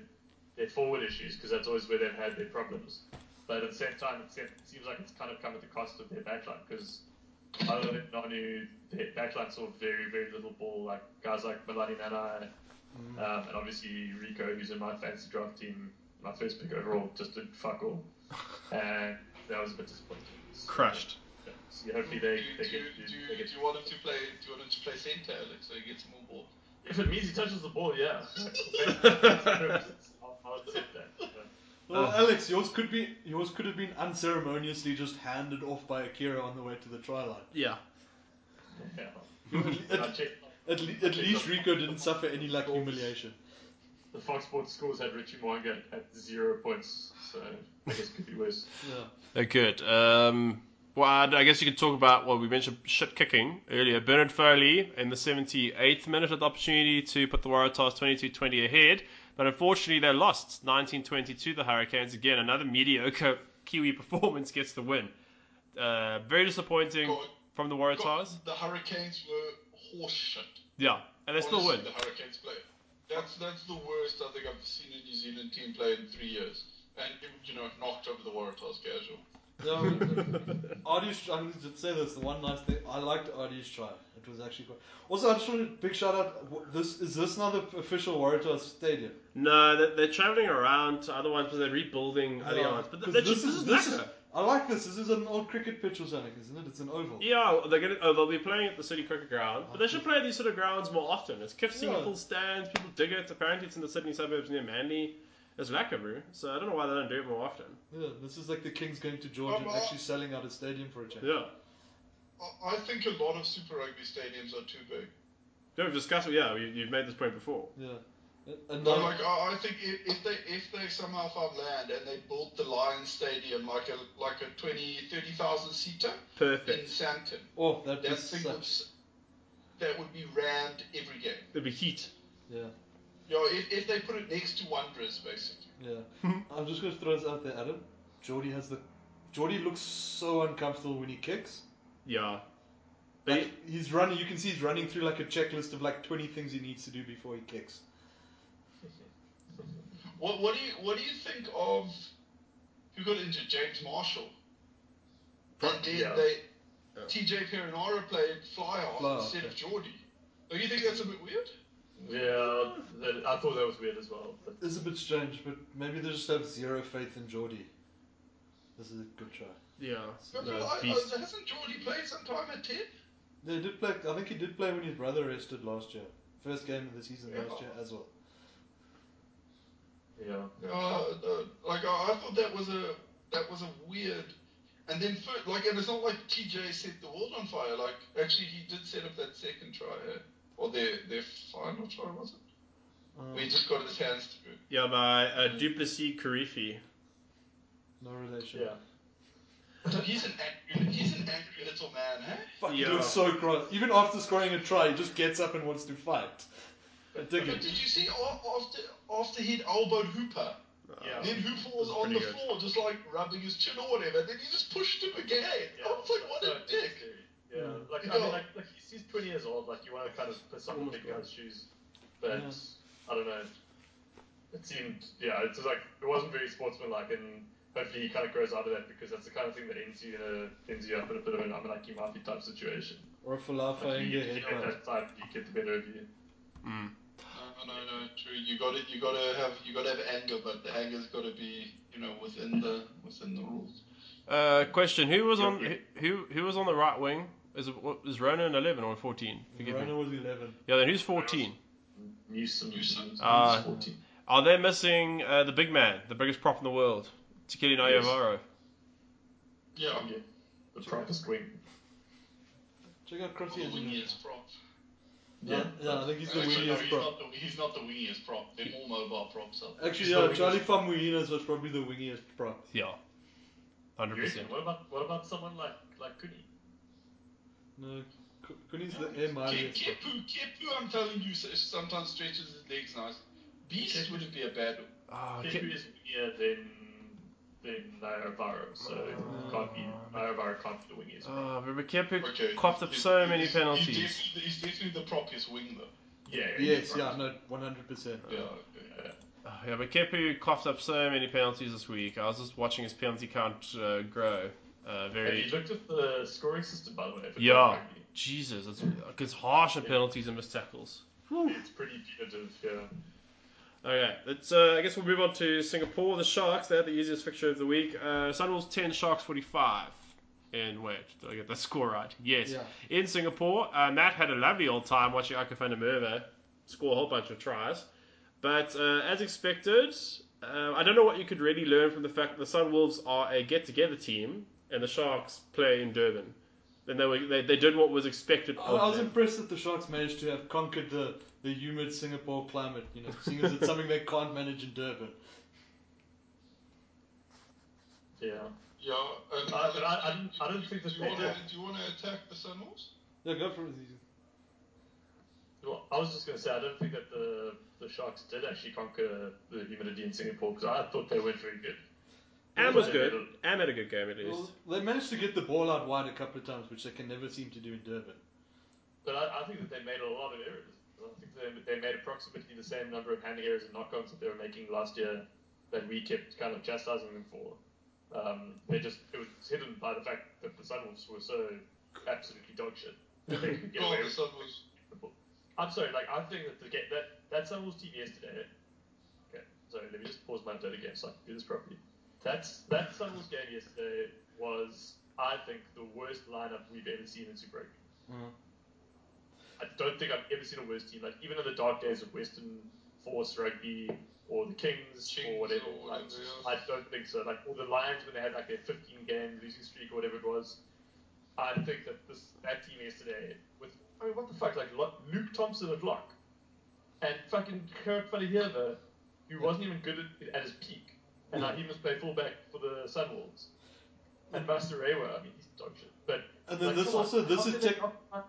their forward issues because that's always where they've had their problems. But at the same time, it se- seems like it's kind of come at the cost of their backline because other than Nanu, their backline saw very, very little ball. Like guys like Milani Nana, Mm. um, and obviously Rico, who's in my fantasy draft team, my first pick overall, just did fuck all, and that was a bit disappointing. So, Crushed. yeah. So hopefully they, do, they do, get do, to- do, they get you want him to play? Do you want him to play centre, Alex, so he gets more ball? If it means he touches the ball, yeah. I'll, I'll accept that. Yeah. Well, Ugh. Alex, yours could be yours could have been unceremoniously just handed off by Akira on the way to the try line. Yeah. And I checked, At, le- at least Rico didn't suffer any like humiliation. the Fox Sports scores had Richie Mwanga at zero points, so I guess it could be worse. Yeah. Oh, good. Um, well, I'd- I guess you could talk about what well, we mentioned shit kicking earlier. Bernard Foley in the 78th minute had the opportunity to put the Waratahs 22 20 ahead, but unfortunately they lost 19 20 to the Hurricanes again. Another mediocre Kiwi performance gets the win. Uh, very disappointing God. from the God, Waratahs. The Hurricanes were horse shit. Yeah, and they still Honestly, win. The Hurricanes play. That's that's the worst I think I've seen a New Zealand team play in three years. And you know, knocked over the Waratahs casual. No, Artie's, I'm going to say this. The one nice thing I liked Artie's try. It was actually quite. Also, I just wanted a big shout out. wh- This is this now the official Waratahs stadium? No, they're, they're traveling around to other ones because they're rebuilding other ones. But 'Cause th- that's just, this is this is Naka. I like this. This is an old cricket pitch or something, isn't it? It's an oval. Yeah, they're gonna. Oh, they'll be playing at the city cricket ground, but they should play these sort of grounds more often. It's Kif Yeah. full stands. People dig it. Apparently, it's in the Sydney suburbs near Manly. There's Lackaroo, so I don't know why they don't do it more often. Yeah, this is like the Kings going to Georgia and Baba. actually selling out a stadium for a change. Yeah, I- I think a lot of Super Rugby stadiums are too big. we've discussed. Yeah, you, you've made this point before. Yeah. And No, now- like I, I think if, if they if they somehow found land and they built the Lions Stadium like a like a 20, 30,000 seater in Perfect. Santon, oh, that'd be that thing would, such. s- that would be rammed every game. It'd be heat. Yeah, You know, if, if they put it next to Wanderers, basically. yeah. I'm just going to throw this out there, Adam. Jordy has the. Jordy looks so uncomfortable when he kicks. Yeah. They- Like, he's running. You can see he's running through like a checklist of like 20 things he needs to do before he kicks. What what do you what do you think of who got injured? James Marshall. Pro- and then yeah. they Yeah. TJ Perinara played fly off Flyer, instead of yeah. Geordie. Don't you think that's a bit weird? Yeah, that, I thought that was weird as well. But It's a bit strange, but maybe they just have zero faith in Jordy. This is a good try. yeah. But No, I, I, beast. hasn't Geordie played sometime at ten? They did play. I think he did play when his brother arrested last year. First game of the season Yeah. last year as well. yeah, Uh, no, like I, I thought that was a that was a weird. And then fir- like and it's not like TJ set the world on fire. Like actually he did set up that second try eh? or their their final try was it? Um, We just got his hands through. Yeah, by uh, Duplessis Karifi. no relation. yeah. He's an angry, he's an angry little man, eh? Fuck, he Yeah. looks so cross. Even after scoring a try, he just gets up and wants to fight. I dig But it. did you see a- after after he'd elbowed Hooper, Yeah. then Hooper was That's on the pretty good. floor just like rubbing his chin or whatever, and then he just pushed him again. Yeah, I was like, what so a dick! unnecessary. Yeah, like I Yeah. mean, like, like he's, he's 20 years old. Like you want to kind of put something Almost in gone. guy's shoes, but Yeah. I don't know. It seemed, yeah, it's just like it wasn't very sportsmanlike, and hopefully he kind of grows out of that because that's the kind of thing that ends you in a ends you up in a bit of an unlucky Mafi type situation. Or a Falafa Like, in you, your you head. know, at that time you get the better of you. Mm. No, no, no, true. You got to You got to have. You got to have anger, but the anger's got to be, you know, within the within the rules. Uh, question: Who was on Yeah. who who was on the right wing? Is it, what, is Ronan eleven or fourteen? Forgive me. Verona was 11. Yeah, then who's fourteen? Newsom, Newsom, Uh, Ah. he's 14. Are they missing uh, the big man, the biggest prop in the world, Tikili Nayavaro? Yeah, yeah, the properest wing. Check out the Crosby. wingiest prop. Yeah, yeah, I think he's the Actually, no, wingiest he's prop. not the he's not the wingiest prop. They're more mobile props. Up. Actually, He's the yeah, wingiest. Charlie Famuyinas was probably the wingiest prop. Yeah, hundred You reckon? percent. What about what about someone like like Cooney? No, Ku- Kuni's the air Ke- mightiest prop. Kepu, Kepu, I'm telling you, s- sometimes stretches his legs nice. Beast Kepu- wouldn't be a bad one. Ah, Keku Ke- is wingier than than Nayavaro, so can't be Nayavaro can't be the wingier. ah, remember Kepu Okay. coughed up He's- so many he's- He's penalties. definitely, he's definitely the propiest wing, though. yeah, Yes, yeah, no, 100%. Yeah. Ah, yeah, but Kepu coughed up so many penalties this week. I was just watching his penalty count uh, grow. Uh, Have very you looked at the scoring system by the way? for Yeah. Tokyo Rugby? Jesus, it's, it's harsh on penalties and missed tackles. It's pretty punitive, yeah. Okay, let's, uh, I guess we'll move on to Singapore. The Sharks, they had the easiest fixture of the week. Uh, Sunwolves 10, Sharks 45. And wait, did I get that score right? Yes. Yeah. In Singapore, uh, Matt had a lovely old time watching Akafana Merva score a whole bunch of tries. But uh, as expected, uh, I don't know what you could really learn from the fact that the Sunwolves are a get together team and the Sharks play in Durban. And they, were, they, they did what was expected I of I was them. impressed that the Sharks managed to have conquered the, the humid Singapore climate, you know, seeing as it's something they can't manage in Durban. Yeah. Yeah. and- I, but I, I didn't I didn't think that do you they want did. to do you want to attack the Sunwolves? Yeah, go for it. Well, I was just gonna say I don't think that the the Sharks did actually conquer the humidity in Singapore because I thought they weren't very good. Am was good. Am had a good game at least. Well, they managed to get the ball out wide a couple of times, which they can never seem to do in Durban. But I, I think that they made a lot of errors. I think they, they made approximately the same number of hand errors and knockouts that they were making last year that we kept kind of chastising them for. Um, they just it was hidden by the fact that the Sunwolves were so absolutely dog shit. that they could get God, away the with Sunwolves. the ball. I'm sorry, like I think that the get that that Sunwolves team yesterday. Okay, sorry, let me just pause my data again so I can do this properly. That's that Sunwolves game yesterday was, I think, the worst lineup we've ever seen in Super Rugby. Mm. I don't think I've ever seen a worse team. Like even in the dark days of Western Force Rugby or the Kings, Kings or whatever, or like, whatever, yeah. I don't think so. Like all the Lions when they had like their 15 game losing streak or whatever it was, I think that this that team yesterday with I mean what the fuck like Lo- Luke Thompson at lock and fucking Kurt Van Heerver, who wasn't even good at, at his peak, and now he must play fullback for the Sunwolves. And Masarewa, I mean, he's dog shit. But And then like, this come on, also- this how is can they tech- not find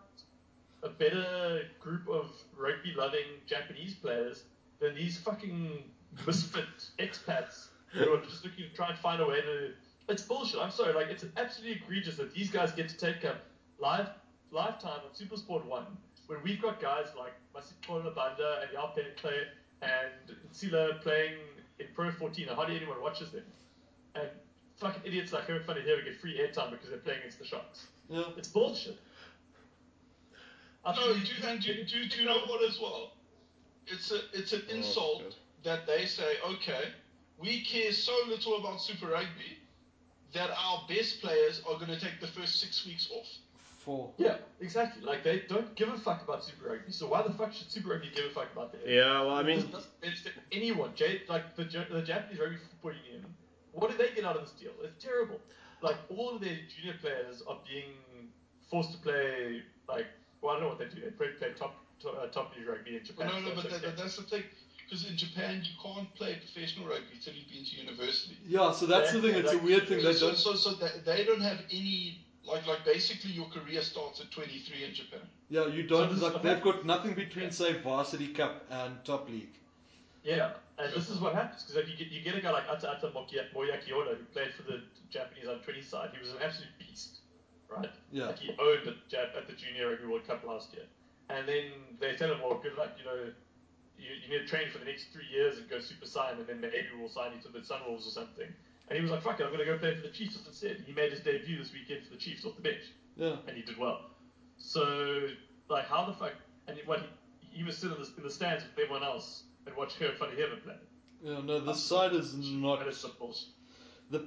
a better group of rugby-loving Japanese players than these fucking misfit expats who are just looking to try and find a way to. It's bullshit. I'm sorry. Like it's absolutely egregious that these guys get to take up live lifetime on SuperSport One when we've got guys like Masitola Banda and Yalpen Clay and Sila playing in Pro 14. and Hardly anyone watches them. And fucking idiots like Herman Funny here get free airtime because they're playing against the Sharks. Yeah. It's bullshit. I No, think- do, and do, do, do you know what as well? It's a it's an insult good. that they say, okay, we care so little about Super Rugby that our best players are going to take the first six weeks off. Four. Yeah, exactly. Like they don't give a fuck about Super Rugby, so why the fuck should Super Rugby give a fuck about that? Yeah, well, I mean, it's anyone. J- like the, Ja- the Japanese rugby football union. What do they get out of this deal? It's terrible. Like all of their junior players are being forced to play. Like, well, I don't know what they do. They play, play top top, uh, top league rugby in Japan. Well, no, no, so but, it's that, okay. but that's the thing. Because in Japan, you can't play professional rugby till you've been to university. Yeah, so that's the thing. It's a weird thing. They So, so, don't. so, so that they don't have any like like basically your career starts at 23 in Japan. Yeah, you don't. Like, they've got nothing between, say, varsity cup and top league. Yeah, and this is what happens because you get you get a guy like Ata Ata Mokia- Moyakiona who played for the Japanese under twenty side. He was an absolute beast, right? Yeah. Like he owned at, Jap- at the Junior Rugby World Cup last year, and then they tell him, "Well, good luck. You know, you, you need to train for the next three years and go super sign, and then maybe we'll sign you to the Sunwolves or something." And he was like, "Fuck it, I'm gonna go play for the Chiefs instead." He made his debut this weekend for the Chiefs off the bench Yeah. and he did well. So, like, how the fuck? And what he, he was sitting in the, in the stands with everyone else and watched her funny heaven play. Yeah, no, this side is not That is some bullshit. the,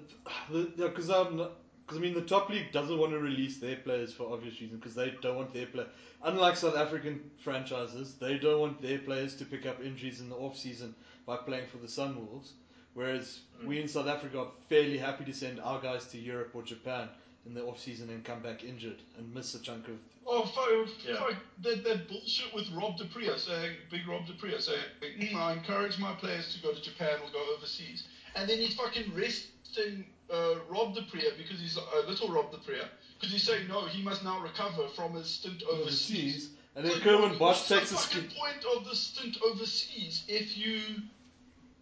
the yeah, because I'm because I mean the top league doesn't want to release their players for obvious reasons because they don't want their play. Unlike South African franchises, they don't want their players to pick up injuries in the off season by playing for the Sunwolves. Whereas we in South Africa are fairly happy to send our guys to Europe or Japan in the off season and come back injured and miss a chunk of Oh, fuck, Yeah. fuck that, that bullshit with Rob Dupria saying, big Rob Dupria saying, mm, I encourage my players to go to Japan or go overseas. And then he's fucking resting uh, Rob Dupria because he's uh, little Rob Depria because he's saying, no, he must now recover from his stint overseas. overseas. And then Like, Kerwin Bosch what's takes the a fucking ski. point of the stint overseas if you,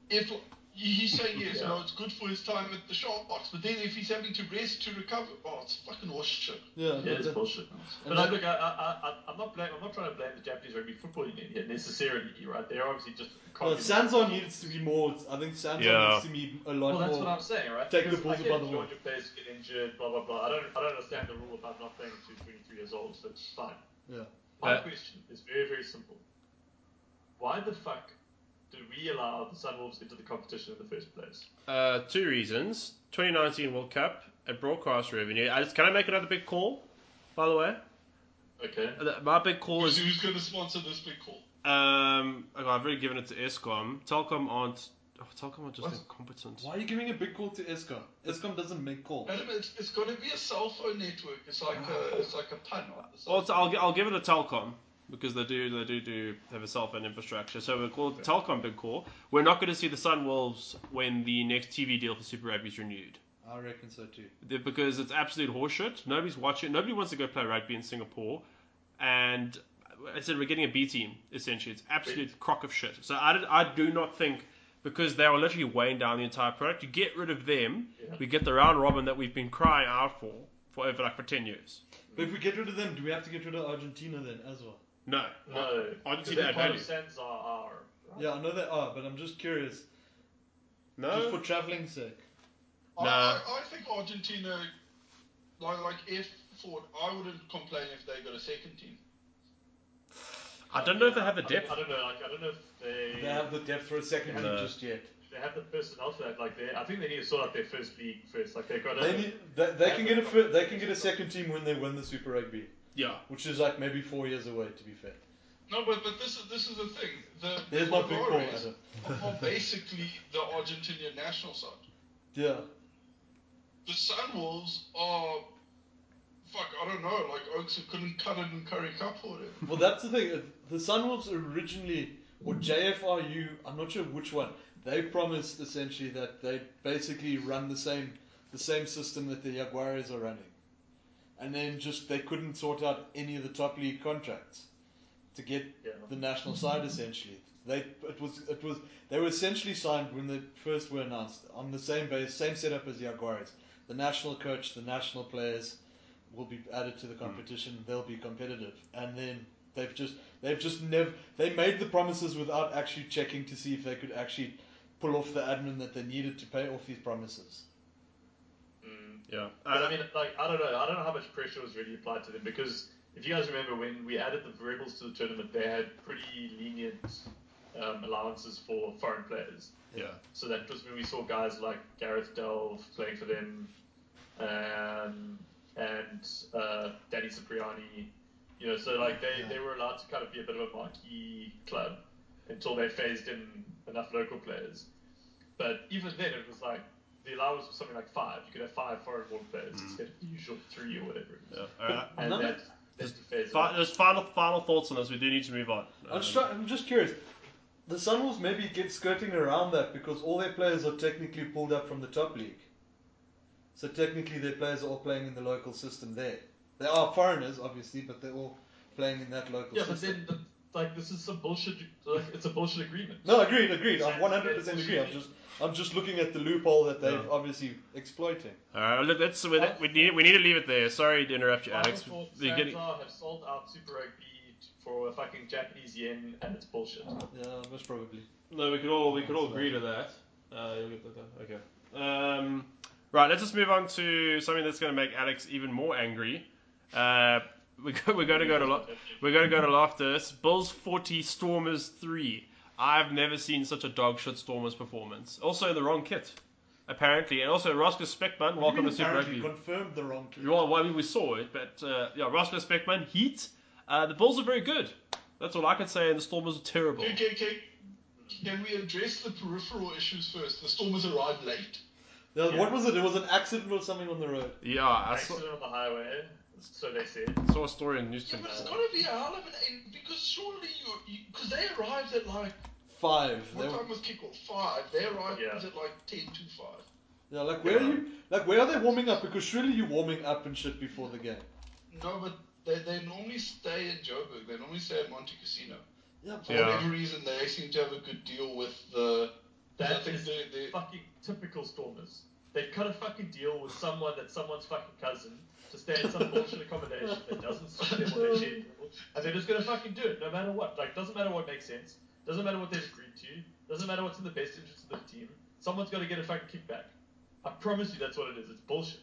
if he's saying yes, Yeah. no, it's good for his time at the Sharks, but then if he's having to rest to recover, oh, it's fucking horse shit. Yeah, Yeah, it's but- bullshit. But And I, that- look, I, I, I, I'm not blame, I'm not trying to blame the Japanese rugby football union here necessarily, right? They're obviously just no, cognizant- Sanzon needs to be more. I think Sanzon Yeah. needs to be a lot Well, that's more. what I'm saying, right? Take the Because bulls I get by the Georgia horn. players get injured, blah blah blah. I don't, I don't understand the rule about not playing until you're 23 years old, so it's fine. Yeah. My Uh, question is very, very simple. Why the fuck did we allow the Sunwolves into the competition in the first place? uh, two reasons: 2019 World Cup and broadcast revenue. I just, can I make another big call? By the way, Okay. Uh, my big call Who's, is who's going to sponsor this big call? um, okay, I've already given it to ESCOM. Telcom aren't. Oh, Telcom are just What? incompetent. Why are you giving a big call to ESCOM? ESCOM doesn't make calls. Adam, it's, it's got to be a cell phone network. It's like a, it's like a pun. on the cell Well, it's- I'll, gi- I'll give it a Telcom because they do they do, do have a cell phone infrastructure. So we'll call it the Telcom big call. We're not going to see the Sunwolves when the next TV deal for Super Rugby is renewed I reckon so too. They're- because it's absolute horseshit. Nobody's watching. Nobody wants to go play rugby in Singapore, and uh, I said we're getting a B team essentially. It's absolute crock of shit. So I did, I do not think. Because they are literally weighing down the entire product. You get rid of them, Yeah. we get the round robin that we've been crying out for for over like for ten years. But if we get rid of them, do we have to get rid of Argentina then as well? No, No. I'd see that Because they're part value. of Sanzar are. Yeah, I know they are, but I'm just curious. no. Just for travelling sake. phone. Nah. I, I, I think Argentina, like, like if Ford, I wouldn't complain if they got a second team. I don't know if they have the I- depth. I, don't know. Like, I don't know if they. They have the depth for a No. second team just yet. they have the personnel for that. Like, they, I think they need to sort out their first league first. Like, they got They, to. need, they, they can get a fir- they can get a second team when they win the Super Rugby, Yeah. which is like maybe four years away. To be fair, No, but but this is this is the thing. The there's my big ball. Ferraris Adam. are are basically the Argentinian national side. Yeah, The Sunwolves are, fuck, I don't know, like Oaks who couldn't cut it in Curry Cup or whatever. well that's the thing. The Sunwolves originally or JFRU, I'm not sure which one. They promised essentially that they basically run the same the same system that the Jaguares are running, and then just they couldn't sort out any of the top league contracts to get Yeah. the national side essentially. They it was it was they were essentially signed when they first were announced on the same base, same setup as the Jaguares. The national coach, the national players will be added to the competition. They'll be competitive, and then they've just they've just never they made the promises without actually checking to see if they could actually pull off the admin that they needed to pay off these promises. Mm. Yeah. But I mean, like, I don't know. I don't know how much pressure was really applied to them because if you guys remember when we added the Rebels to the tournament, they had pretty lenient um, allowances for foreign players. yeah. So that was when we saw guys like Gareth Delve playing for them, um, and uh, Danny Cipriani. You know, so like they, Yeah. they were allowed to kind of be a bit of a marquee club until they phased in enough local players. But even then, it was like the allowance was something like five. You could have five foreign born players instead of the usual three or whatever. Yeah. All right. And None that, of- that's the phase. Fi- Just final final thoughts on this. We do need to move on. Um, Um, I'm just, try- I'm just curious. The Sunwolves maybe get skirting around that because all their players are technically pulled up from the top league. So technically, their players are all playing in the local system there. They are foreigners, obviously, but they're all playing in that local yeah, but system. then the, like this is some bullshit. Like it's a bullshit agreement. No, agreed, agreed. I 100% agree. I'm just, I'm just looking at the loophole that they've Yeah. obviously exploiting. All right. Look, that's we, we need we need to leave it there. Sorry to interrupt you, Alex. Microsoft, You're getting- Samsung have sold out Super Rugby for a fucking Japanese yen, and it's bullshit. Yeah, most probably. No, we could all we could all agree to that. Uh, you'll get that. Okay. Um, right. Let's just move on to something that's going to make Alex even more angry. Uh, we go, we're going to go to lo- we're going to go to Loftus. Bulls forty, Stormers three. I've never seen such a dog shit Stormers performance. Also in the wrong kit, apparently, and also Roscoe Speckman. Welcome to Super Apparently Rugby. Confirmed the wrong key. Well, well, I mean, we saw it, but uh, yeah, Roscoe Speckman, Heat. Uh, the Bulls are very good. That's all I can say, and the Stormers are terrible. Can, can, can, can we address the peripheral issues first? The Stormers arrived late. Now, What was it? It was an accident or something on the road. Yeah, I saw, Accident on the highway, so they said. saw a story in News Yeah, but it's 24. got to be a hell of an eight because surely you because they arrived at like Five. They what were- time was kickoff? Five. They arrived Yeah. at like ten to five. Yeah, like where Yeah. are you? Like where are they warming up? Because surely you're warming up and shit before the game. No, but they, they normally stay in Joburg. They normally stay at Monte Casino. Yeah, For Yeah. whatever reason, they seem to have a good deal with the. I That think is they, they, fucking typical Stormers. They've cut a fucking deal with someone that's someone's fucking cousin to stay in some bullshit accommodation that doesn't suit them or their shit. And they're just gonna fucking do it no matter what. Like, doesn't matter what makes sense. Doesn't matter what they've agreed to. Doesn't matter what's in the best interest of the team. Someone's gotta get a fucking kickback. I promise you that's what it is. It's bullshit.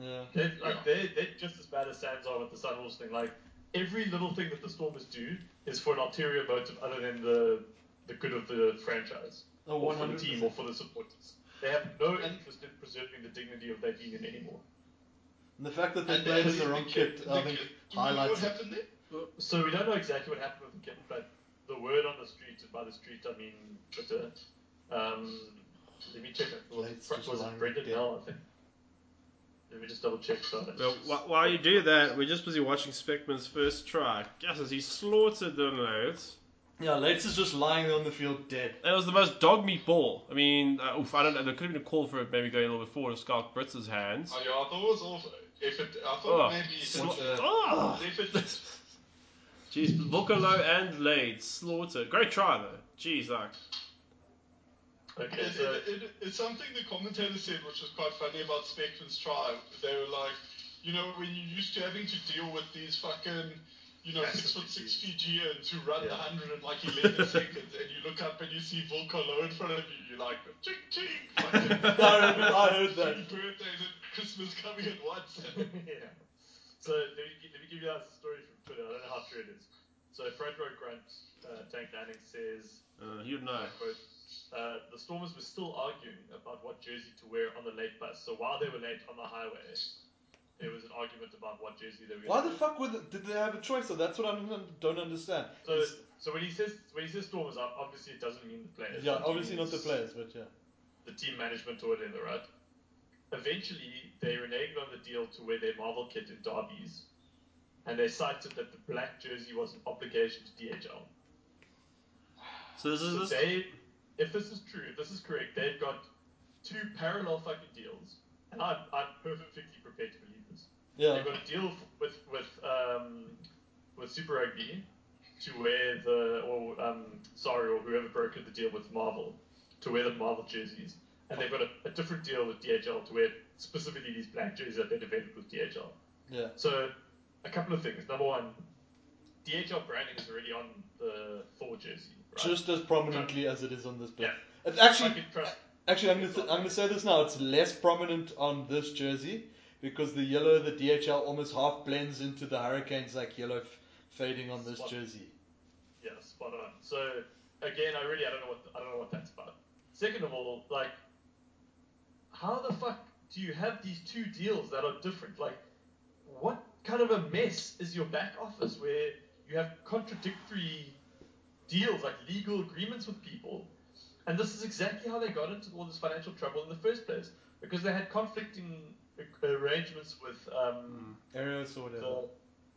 yeah. They're, like, they're, they're just as bad as Sans are with the Sunwolves thing. Like, every little thing that the Stormers do is for an ulterior motive other than the, the good of the franchise. Oh, or for the team 100%. or for the supporters. They have no And- interest in preserving the dignity of their union anymore. And the fact that they and played they- in the wrong they- kit, they- I think, do we know highlights. what it. happened there. So we don't know exactly what happened with the kit, but the word on the street, and by the street I mean Twitter, um, let me check that. Was, Let's it- just was line it Brendan it down. Bell, I think? Let me just double check. So that's Well, wh- while you do that, we're just busy watching Speckman's first try. Yes, as he slaughtered them, loads. Yeah, Lates is just lying on the field dead. It was the most dog meat ball. I mean, uh, oof, I don't know. There could have been a call for it maybe going a little bit forward to Scark Britz's hands. Oh, yeah, I thought it was awful. If it, I Oh, thought maybe sla- What's the- oh. if it, Jeez, Vocalo and Lade slaughtered. Great try though. Jeez, like okay, It, so it, it, it's something the commentator said, which was quite funny about Spectran's tribe. They were like, you know, when you're used to having to deal with these fucking, you know, Massive six foot six Fijians. Fijians who run the Yeah. hundred in like eleven seconds, and you look up and you see Volcolo in front of you, you're like, ching ching, fucking. I heard- I heard that. Three Birthdays and Christmas coming at once. yeah. So let me, gi- let me give you guys a story from Twitter. I don't know how true it is. So front row grunt uh, Tank Lanning says uh, you'd know. uh, quote, uh, the Stormers were still arguing about what jersey to wear on the late bus. So while they were late on the highway, there was an argument about what jersey they were. Why gonna the fuck were the, did they have a choice? though? that's what I don't- don't understand. So, It's- so when he says when he says Stormers, ob- obviously it doesn't mean the players. yeah, It obviously not means the players, but yeah. The team management or whatever, right? Eventually, they reneged on the deal to wear their Marvel kit in derbies, and they cited that the black jersey was an obligation to DHL. So this So is this. they, if this is true, if this is correct, they've got two parallel fucking deals, and I'm, I'm perfectly prepared to believe this. They've Yeah, got a deal f- with with um, with Super Rugby to wear the or um, sorry or whoever brokered the deal with Marvel to wear the Marvel jerseys, and they've got a, a different deal with DHL to wear specifically these black jerseys that they developed with DHL. yeah. So, a couple of things. Number one, DHL branding is already on the Thor jersey. Right? Just as prominently as it is on this bit. Yeah. It's actually, Fucking trust- actually, I'm gonna, th- I'm gonna say this now. It's less prominent on this jersey because the yellow of the DHL almost half blends into the Hurricanes like yellow f- fading on this Spot. jersey. Yeah, spot on. So again, I really I don't know what I don't know what that's about. Second of all, like, how the fuck do you have these two deals that are different? Like, what kind of a mess is your back office where you have contradictory deals, like legal agreements with people? And this is exactly how they got into all this financial trouble in the first place because they had conflicting uh, arrangements with Hmm. um, Arios or whatever. the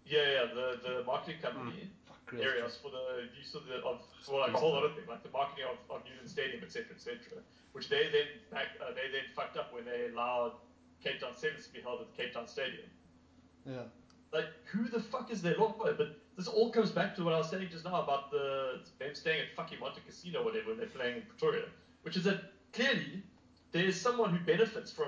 yeah, yeah the the marketing company Fuck, Arios. areas for the use of the of well, like a whole other thing, like the marketing of, of Newton Stadium, etc., etc., which they then back, uh, they then fucked up when they allowed Cape Town Sevens to be held at the Cape Town Stadium. Yeah. Like, who the fuck is their lawyer? But this all comes back to what I was saying just now about the them staying at fucking Monte Casino, or whatever, when they're playing in Pretoria, which is that clearly there's someone who benefits from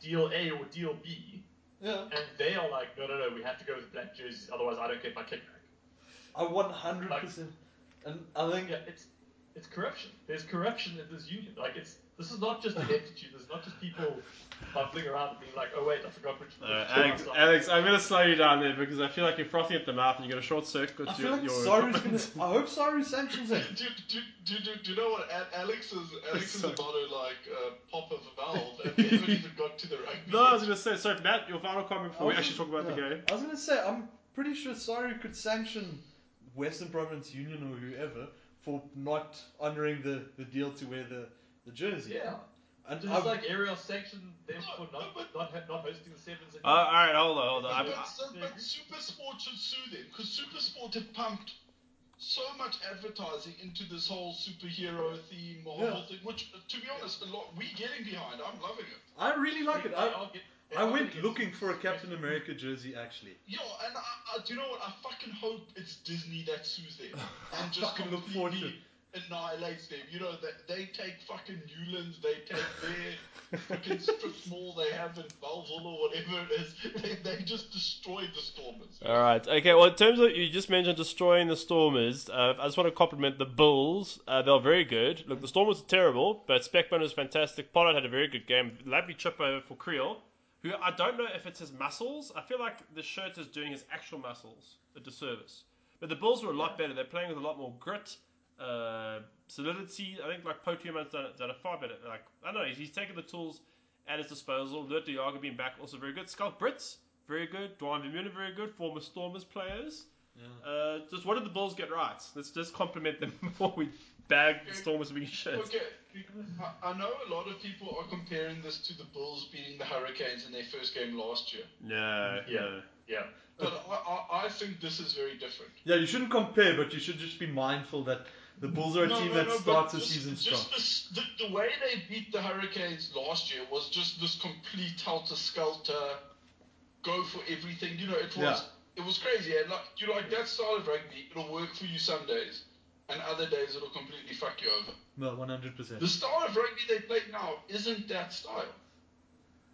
deal A or deal B, Yeah. and they are like, no, no, no, we have to go with the black jerseys, otherwise I don't get my kickback. I 100%. And I think Yeah, it's it's corruption. There's corruption in this union. Like it's this is not just an entity. There's not just people bumbling around and being like, oh wait, I forgot which. Uh, which Alex, class I- Alex, I'm gonna slow you down there because I feel like you're frothing at the mouth and you got a short circuit. I to feel your, like your Saru's gonna. I hope Saru sanctions him. Do, do, do, do, do you know what? A- Alex is, Alex is Sorry. about to like uh, pop a valve and we haven't even got to the rugby. No, I was yet. gonna say. So Matt, your final comment before we actually talk about the Yeah. game. I was gonna say I'm pretty sure Saru could sanction Western Province Union or whoever for not honouring the, the deal to wear the, the jersey. Yeah, and just I, like Ariel sanctioned them for not but- not, ha- not hosting the sevens. Uh, all right, hold on, hold on. But, I'm- so- but Super Sport should sue them because Super Sport have pumped so much advertising into this whole superhero theme, Marvel Yeah. thing, which, uh, to be honest, a lot we're getting behind. I'm loving it. I really like it. I, I went looking for a Captain captain. America jersey actually. Yeah, and I, I, do you know what? I fucking hope it's Disney that sues them and just Fucking look forward to completely annihilates them. You know, that they take fucking Newlands, they take their fucking strip mall they have in Belleville or whatever it is. They, they just destroy the Stormers. All right. Okay. Well, in terms of you just mentioned destroying the Stormers, uh, I just want to compliment the Bulls. Uh, they're very good. Look, the Stormers are terrible, but Speckman was fantastic. Pollard had a very good game. Lovely chip over for Creel, who I don't know if it's his muscles. I feel like the shirt is doing his actual muscles a disservice. But the Bulls were a lot better. They're playing with a lot more grit, uh, solidity. I think like Potuman's done, done a far better. Like I don't know. He's, he's taken the tools at his disposal. Lert Diaga being back also very good. Scott Brits very good. Dwayne Vermeulen, very good. Former Stormers players. Uh, just what did the Bulls get right? Let's just compliment them before we bag the Stormers for being shit. Okay, I- I know a lot of people are comparing this to the Bulls beating the Hurricanes in their first game last year, No, Yeah. no. Yeah, but I, I, I think this is very different. Yeah, you shouldn't compare, but you should just be mindful that the Bulls are a team that but starts the just- season strong. just this- the, the way they beat the Hurricanes last year was just this complete helter skelter, go for everything. You know, it was it was crazy. And like you like that style of rugby, it'll work for you some days, and other days it'll completely fuck you over. No, 100%. The style of rugby they play now isn't that style.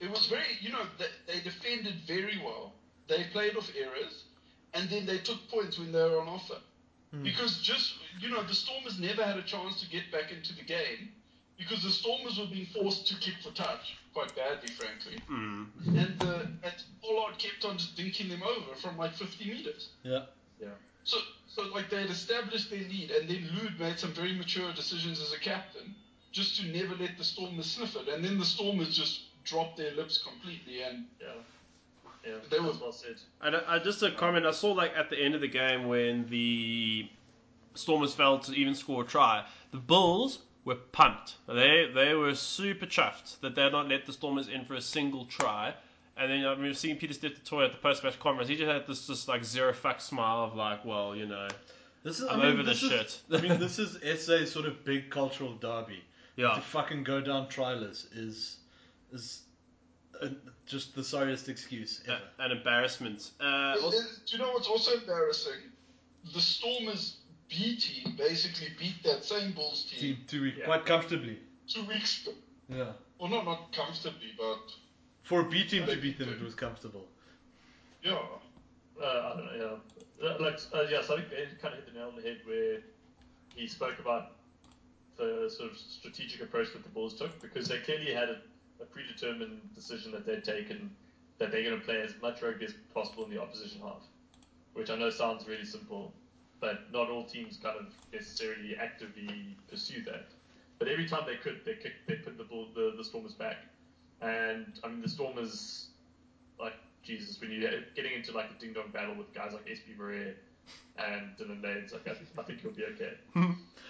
It was very, you know, they, they defended very well. They played off errors, and then they took points when they were on offer. Because just, you know, the Stormers never had a chance to get back into the game because the Stormers were being forced to kick for touch quite badly, frankly. Mm. And, the, and Pollard kept on just dinking them over from like 50 meters. Yeah. yeah. So, so like they had established their lead, and then Lude made some very mature decisions as a captain just to never let the Stormers sniff it. And then the Stormers just dropped their lips completely. And Yeah. Yeah, They that was were- well said. And I, I just a comment. I saw like at the end of the game when the Stormers failed to even score a try, the Bulls were pumped. They they were super chuffed that they had not let the Stormers in for a single try. And then I mean, seeing Peter Steph Toy at the post match conference, he just had this just like zero fuck smile of like, well, you know, This is, I'm I mean, over this this is, shit. I mean, this is SA's sort of big cultural derby. yeah, To fucking go down trialers is is uh, just the sorriest excuse a- ever. an embarrassment. Uh, It- also, it- do you know what's also embarrassing? The Stormers B team basically beat that same Bulls team Team two week Yeah. quite comfortably. two weeks ago. Yeah. Well, not not comfortably, but For a B team to Like, beat them, uh, it was comfortable. yeah. Uh, I don't know, yeah. Uh, Like, uh, yeah, so I think Ben kind of hit the nail on the head where he spoke about the sort of strategic approach that the Bulls took because they clearly had a, a predetermined decision that they'd taken that they're going to play as much rugby as possible in the opposition half, which I know sounds really simple, but not all teams kind of necessarily actively pursue that. But every time they could, they kicked, they put the, ball, the the Stormers back, and I mean the Stormers, like Jesus, when you're getting into like a ding dong battle with guys like SB Marais and Dylan Lane, like I, I think you'll be okay.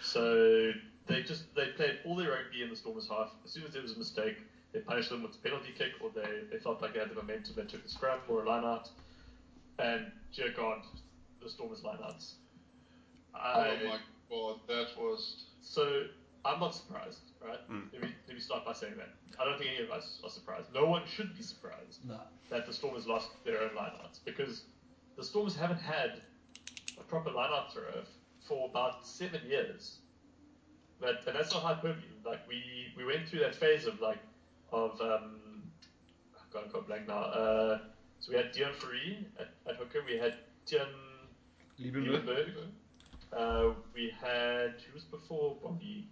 So they just they played all their rugby in the Stormers half. As soon as there was a mistake, they punished them with a penalty kick, or they, they felt like they had the momentum, they took a scrum or a line out, and dear God, the Stormers line outs. I, oh my god, that was. so I'm not surprised, right? Mm. Let, me, let me start by saying that I don't think any of us are surprised. No one should be surprised No. that the Stormers lost their own lineouts because the Stormers haven't had a proper lineout throw for about seven years. But and that's not hyperbole. Like we we went through that phase of like of um, I've gone got blank now. Uh, so we had Dion Ferry at, at hooker. We had Dion Liebenberg. Liebenberg. Uh, we had who was before Bobby.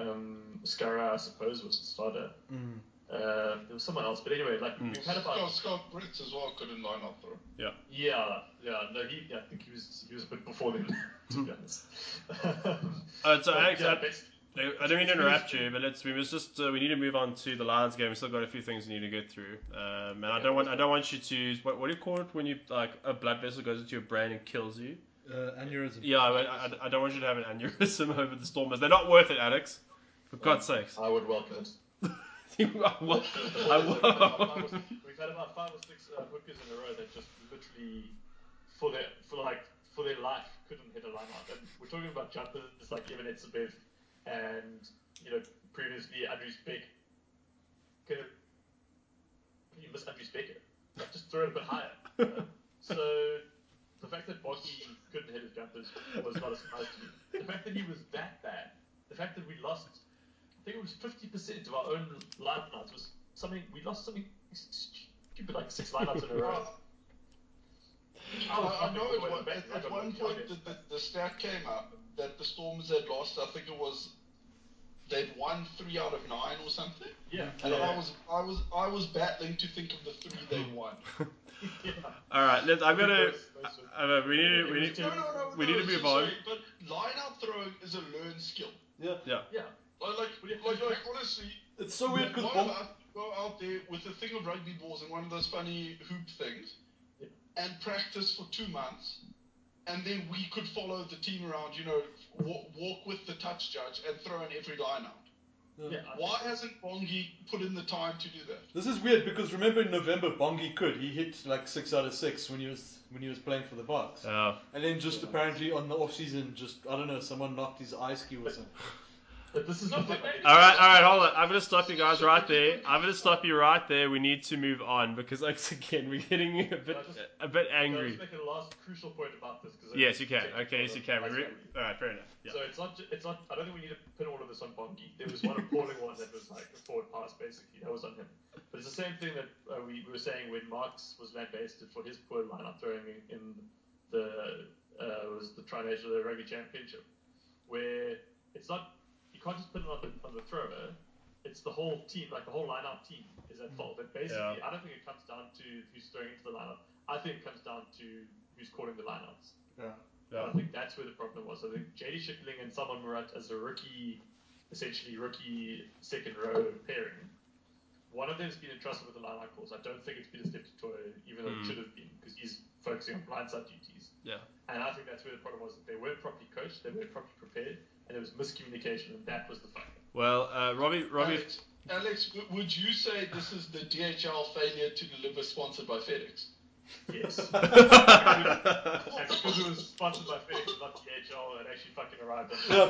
Um, Scara, I suppose, was the starter. Mm. Uh, there was someone else, but anyway, like Mm. we've had about Scott, Scott Brits as well couldn't line up for him. yeah, yeah. No, he. I think he was. He was a bit before then. to be honest. uh, so But, Alex, yeah, I- basically- I I don't mean to interrupt you, but let's we must just uh, we need to move on to the Lions game. We still got a few things we need to get through, um, and I don't want I don't want you to what, what do you call it when you like a blood vessel goes into your brain and kills you? Uh, aneurysm. Yeah, I, I, I don't want you to have an aneurysm over the Stormers. They're not worth it, Alex. For God's sakes. I would welcome it. You are wel- I We've had wel- about five or six- we've had about five or six uh, hookers in a row that just literally, for their for like for their life, couldn't hit a line out. And we're talking about jumpers like Evan Etzebev and you know previously Andrews Beck. Could you miss Andrews Becker? Like, just throw it a bit higher. you know? so the fact that Bocky couldn't hit his jumpers was not a surprise to me. The fact that he was that bad, the fact that we lost, I think it was 50% of our own lineouts was something, we lost something stupid, like six lineouts in a row. I, I know fucking at one, boy, at, I at got one lucky, point I the, guess. the, the stat came up that the Stormers had lost, I think it was, they'd won three out of nine or something. Yeah. And I yeah. was I was I was battling to think of the three they won. yeah. All right, let's, I'm gonna. Those- those were- I, I- we need to. We need, No, no, no. We no, need to it's move just- on. sorry, but line out throwing is a learned skill. yeah. Like, like, Well, yeah. like, like honestly, It's so weird because one of us go out there with a thing of rugby balls and one of those funny hoop things, Yeah. and practice for two months, and then we could follow the team around. You know, walk, walk with the touch judge and throw in every line out. yeah I Why think- hasn't Bongi put in the time to do that? This is weird because remember in November Bongi could he hit like six out of six when he was when he was playing for the Bucks, uh, and then just apparently on the off season just I don't know someone knocked his ice cube or something. But this is No, the thing. but maybe- all right, all right, hold on. I'm gonna stop you guys right there. I'm gonna stop you right there. We need to move on because, like, again, we're getting a bit a bit Can I angry. just make a last crucial point about this? Cause Yes, you can. Okay, yes, you can. We re- all right, fair enough. Yeah. So it's not. ju- It's not. I don't think we need to pin all of this on Bongi. There was one appalling one that was like a forward pass, basically. That was on him. But it's the same thing that uh, we, we were saying when Marks was lambasted for his poor lineup throwing in, in the uh, was the Trinational Rugby Championship, where it's not. You can't just put it on the, on the thrower. It's the whole team, like the whole lineout team, is at fault. And basically, I don't think it comes down to who's throwing into the lineup. I think it comes down to who's calling the lineouts. Yeah. Yeah. I think that's where the problem was. I think JD Shickling and Salman Murat as a rookie essentially rookie second row pairing. One of them's been entrusted with the line calls. I don't think it's been a step to Toy, even though Mm. it should have been, because he's focusing on blindside duties. Yeah. And I think that's where the problem was. That they weren't properly coached, they weren't properly prepared, and there was miscommunication, and that was the fuck. Well, uh, Robbie, Robbie, Alex, Alex, w- would you say this is the DHL failure to deliver sponsored by FedEx? Yes. and because it was sponsored by FedEx, not DHL, it actually fucking arrived. Yeah,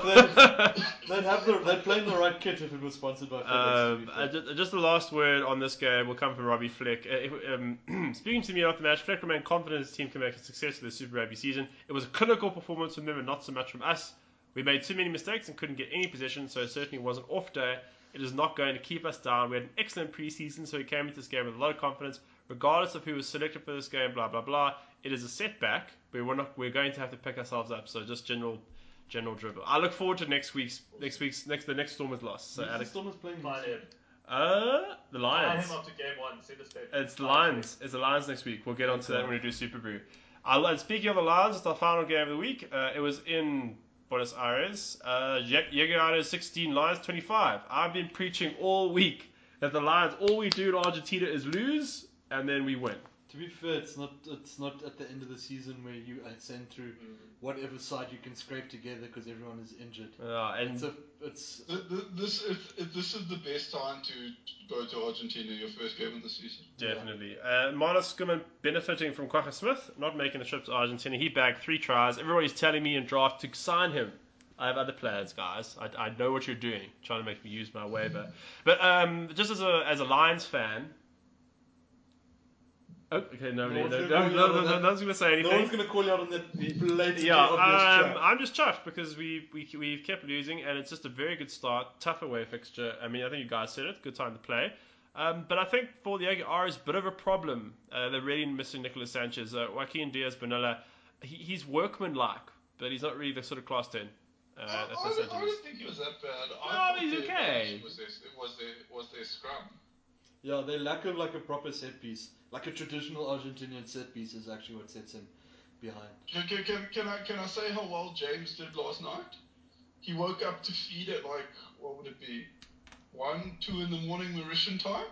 they'd, they'd have the they'd play in the right kit if it was sponsored by FedEx. to Um, be uh, fair. just, just the last word on this game will come from Robbie Fleck. Uh, if- um, speaking to me after the match, Fleck remained confident his team can make a success of the Super Rugby season. It was a clinical performance from them and not so much from us. We made too many mistakes and couldn't get any possession, so it certainly was an off day. It is not going to keep us down. We had an excellent preseason, so we came into this game with a lot of confidence, regardless of who was selected for this game. Blah blah blah. It is a setback, but we're not. We're going to have to pick ourselves up. So just general, general dribble. I look forward to next week's next week's next the next storm is lost. So Who's the Alex. Stormers playing Fine, next week? yeah. Uh, the I Lions. him after game one. Send a statement. It's the Lions. It's the Lions next week. We'll get onto that when we do Super Brew. Uh, and speaking of the Lions, it's our final game of the week. Uh, it was in Buenos Aires. Uh, Yeguiano 16, Lions 25. I've been preaching all week that the Lions, all we do in Argentina is lose, and then we win. To be fair, it's not it's not at the end of the season where you uh, send through Mm. whatever side you can scrape together because everyone is injured. Uh, and It's a, it's Th- th- This is, this is the best time to go to Argentina, your first game of the season. Definitely. Uh, Marlos Skimman benefiting from Quacker Smith, not making the trip to Argentina. He bagged three tries. Everybody's telling me in draft to sign him. I have other plans, guys. I, I know what you're doing, trying to make me use my waiver. But um, just as a as a Lions fan. Oh, okay, nobody, No no, one's no, no, gonna call you no, out on no, that. no one's going to say no anything. one's gonna call you out on that blatantly yeah, obvious um, trap. I'm just chuffed because we, we we've kept losing and it's just a very good start. Tough away fixture. I mean, I think you guys said it. Good time to play. Um, but I think for the AR is a bit of a problem. Uh, they're really missing Nicolas Sanchez. Uh, Joaquin Diaz Bonilla, he, he's workmanlike, but he's not really the sort of class 10. Uh, I, that I, Nicolas don't- I Sanchez is. don't think it was that bad. No, I thought he's their okay. issue Was their, was their, was their scrum. Yeah, they lack of like a proper set piece, like a traditional Argentinian set piece is actually what sets him behind. Can, can, can, can I, can I say how well James did last night? He woke up to feed at like, what would it be? 1, 2 in the morning Mauritian time?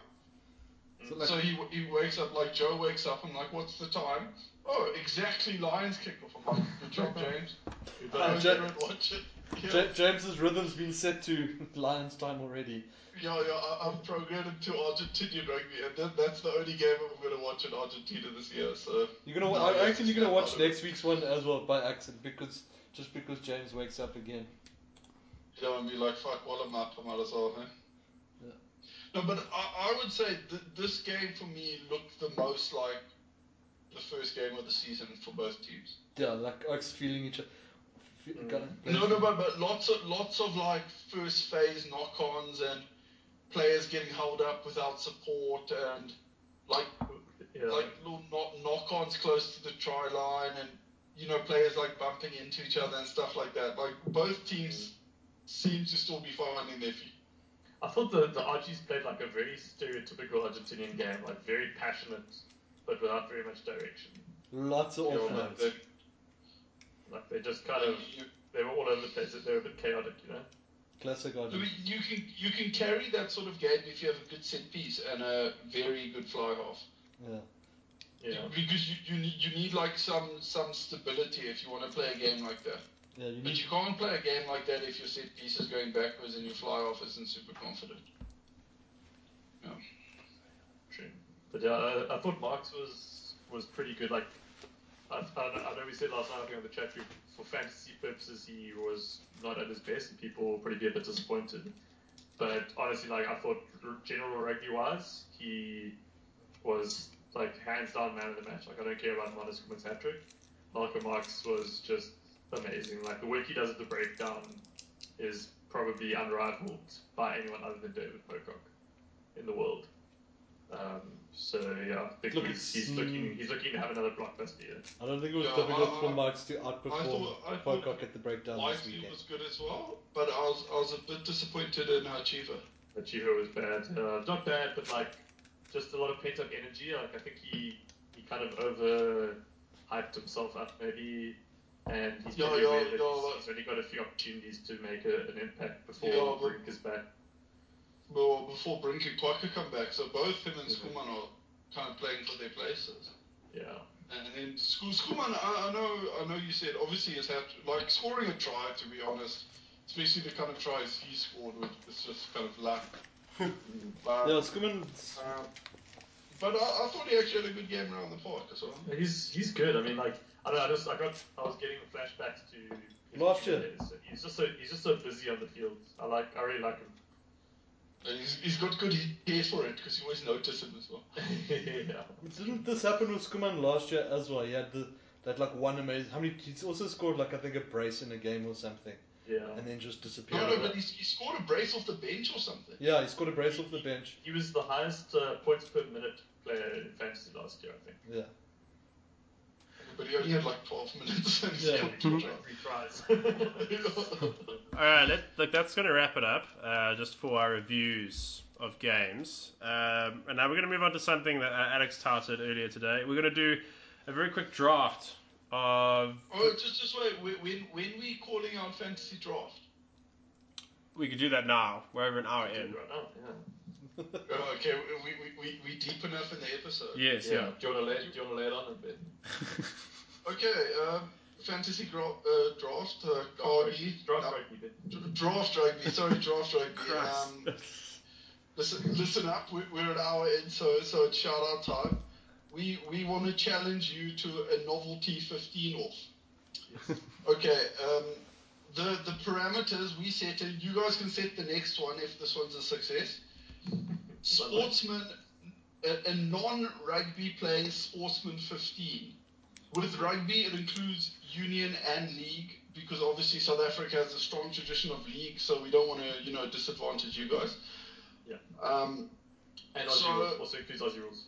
So like, Mm. so he, he wakes up, like Joe wakes up, I'm like, what's the time? Oh, exactly Lions kickoff. I'm like, good job, James. Good Go Uh, luck. Ja- there and watch it. Yeah, Ja- James's rhythm's been set to Lions time already. yeah, yeah I, I'm programmed to Argentinian rugby, and that, that's the only game I'm going to watch in Argentina this year, so. You're gonna, No, I yeah, actually gonna yeah, watch part of it. next week's one as well by accident because just because James wakes up again. You know, and be like, fuck, well, I'm up, I might as well, huh? No, but I, I would say th- this game for me looked the most like the first game of the season for both teams. Yeah, like Oaks feeling each other. Mm. No, no, but, but lots of lots of like first phase knock-ons and players getting held up without support and like Yeah. like little knock- knock-ons close to the try line and you know players like bumping into each other and stuff like that. Like both teams seem to still be finding their feet. I thought the, the Argies played like a very stereotypical Argentinian game, like very passionate, but without very much direction. Lots of You know, offloads. they- Like they just kind of, you- they were all over the place. They were a bit chaotic, you know? Classic I mean, Argentine. you can you can carry that sort of game if you have a good set piece and a very good fly half. Yeah. Yeah. Because you, you need you need like some some stability if you want to play a game like that. Yeah, you But need you can't play a game like that if your set piece is going backwards and your fly half isn't super confident. True. But yeah, I, I thought Marks was was pretty good. Like, I, I, know- I know we said last night I think on the chat group for fantasy purposes he was not at his best, and people were probably a bit disappointed. But honestly, like I thought, r- general rugby wise, he was like hands down man of the match. Like I don't care about Marcus Cummins hat trick. Malcolm Marks was just amazing. Like the work he does at the breakdown is probably unrivaled by anyone other than David Pocock in the world. Um, so yeah, I think Look, he's, it's- he's looking he's looking to have another blockbuster year. I don't think it was Yeah, difficult I- for I- Marks to I outperform thought- I thought Pocock at the breakdown this Wisely weekend. was good as well, but I was I was a bit disappointed in Achiever. that Chiho was bad. Uh, not bad, but like just a lot of pent up energy. Like I think he he kind of over hyped himself up maybe and he's Yeah, probably yeah, aware that yeah, he's, like- he's only got a few opportunities to make a, an impact before Yeah, but- Brink is back. Well, before Brink and Quacker come back, so both him and Skuman are kind of playing for their places. Yeah, And then School Schoolman, I, I know, I know you said obviously it's had like scoring a try. To be honest, especially the kind of tries he scored with, it's just kind of luck. but, Yeah, Skuman's um, but I, I thought he actually had a good game around the park as well. he's he's good. I mean, like I don't know, I just I got I was getting flashbacks to his Last year. days. He's just so he's just so busy on the field. I like I really like And he's, he's got good ear for it because you always notice him as well. him. yeah. Didn't this happen with Skuman last year as well? He had the, that like one amazing. How many? He's also scored like I think a brace in a game or something, Yeah. and then just No, disappeared. no, but he's, he scored a brace off the bench or something. yeah, he scored a brace off the bench. He was the highest uh, points per minute player in fantasy last year, I think. Yeah, But he only had like 12 minutes and he Yeah. scored two tries. Three tries. All right, let, look, that's going to wrap it up uh, just for our reviews of games. Um, and now we're going to move on to something that uh, Alex touted earlier today. We're going to do a very quick draft of. Oh, just just wait. When when- when we calling out fantasy draft? We could do that now. We're over an hour Right in. now, yeah. Oh, okay, we, we, we, we deep enough in the episode. Yes, yeah. yeah. Do you want to lay, do you want to lay it on a bit? Okay, um, fantasy gra- uh, draft, uh, RB, Draft no, rugby bit. dr- draft rugby. Sorry, draft rugby. Christ. Um, listen, listen up. We, we're an hour in, so so it's shout out time. We we want to challenge you to a novelty fifteen off. Okay. Um, the the parameters we set, and you guys can set the next one if this one's a success. Sportsman, a, a non-rugby playing sportsman fifteen. With rugby, it includes union and league because obviously South Africa has a strong tradition of league, so we don't want to you know disadvantage you guys. Yeah. Um, And Aussie So- rules also includes Aussie rules.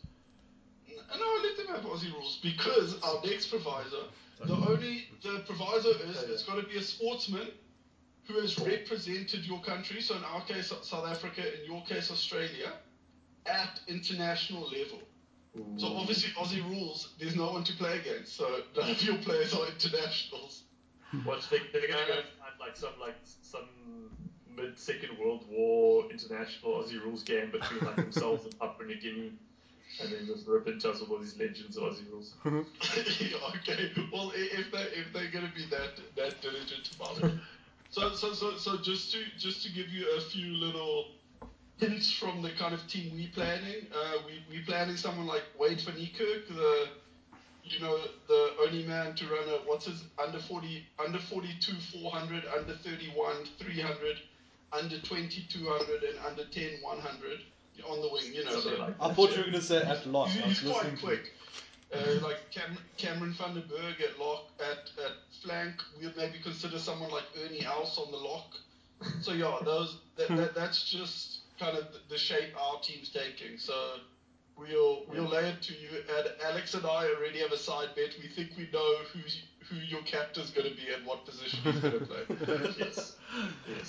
N- No, let them have Aussie rules because our next provisor, the only the proviso is it's got to be a sportsman who has represented your country. So in our case, South Africa. In your case, Australia, at international level. So obviously, Aussie rules. There's no one to play against. So none of your players are internationals. Watch, they, they're going to go Uh, find like some like some mid-second World War international Aussie rules game between like themselves and Papua New Guinea, and then just rip into us with all these legends of Aussie rules. Yeah, okay. Well, i- if they if they're going to be that that diligent about it, so so so so just to just to give you a few little hints from the kind of team we planning. Uh, we we planning someone like Wade van Niekerk, the you know the only man to run a what's his under forty under forty two four hundred under thirty one three hundred under twenty two hundred and under 10 100 on the wing. You know, so Something like I that, thought yeah. you were gonna say at lock. He's, I was he's quite listening to you. quick. Uh, like Cam- Cameron van der Berg at lock at, at flank. We'll maybe consider someone like Ernie Else on the lock. So yeah, those that, that that's just kind of the- the shape our team's taking. So we'll we'll lay it to you. And Alex and I already have a side bet. We think we know who who your captain's going to be and what position he's going to play. Yes.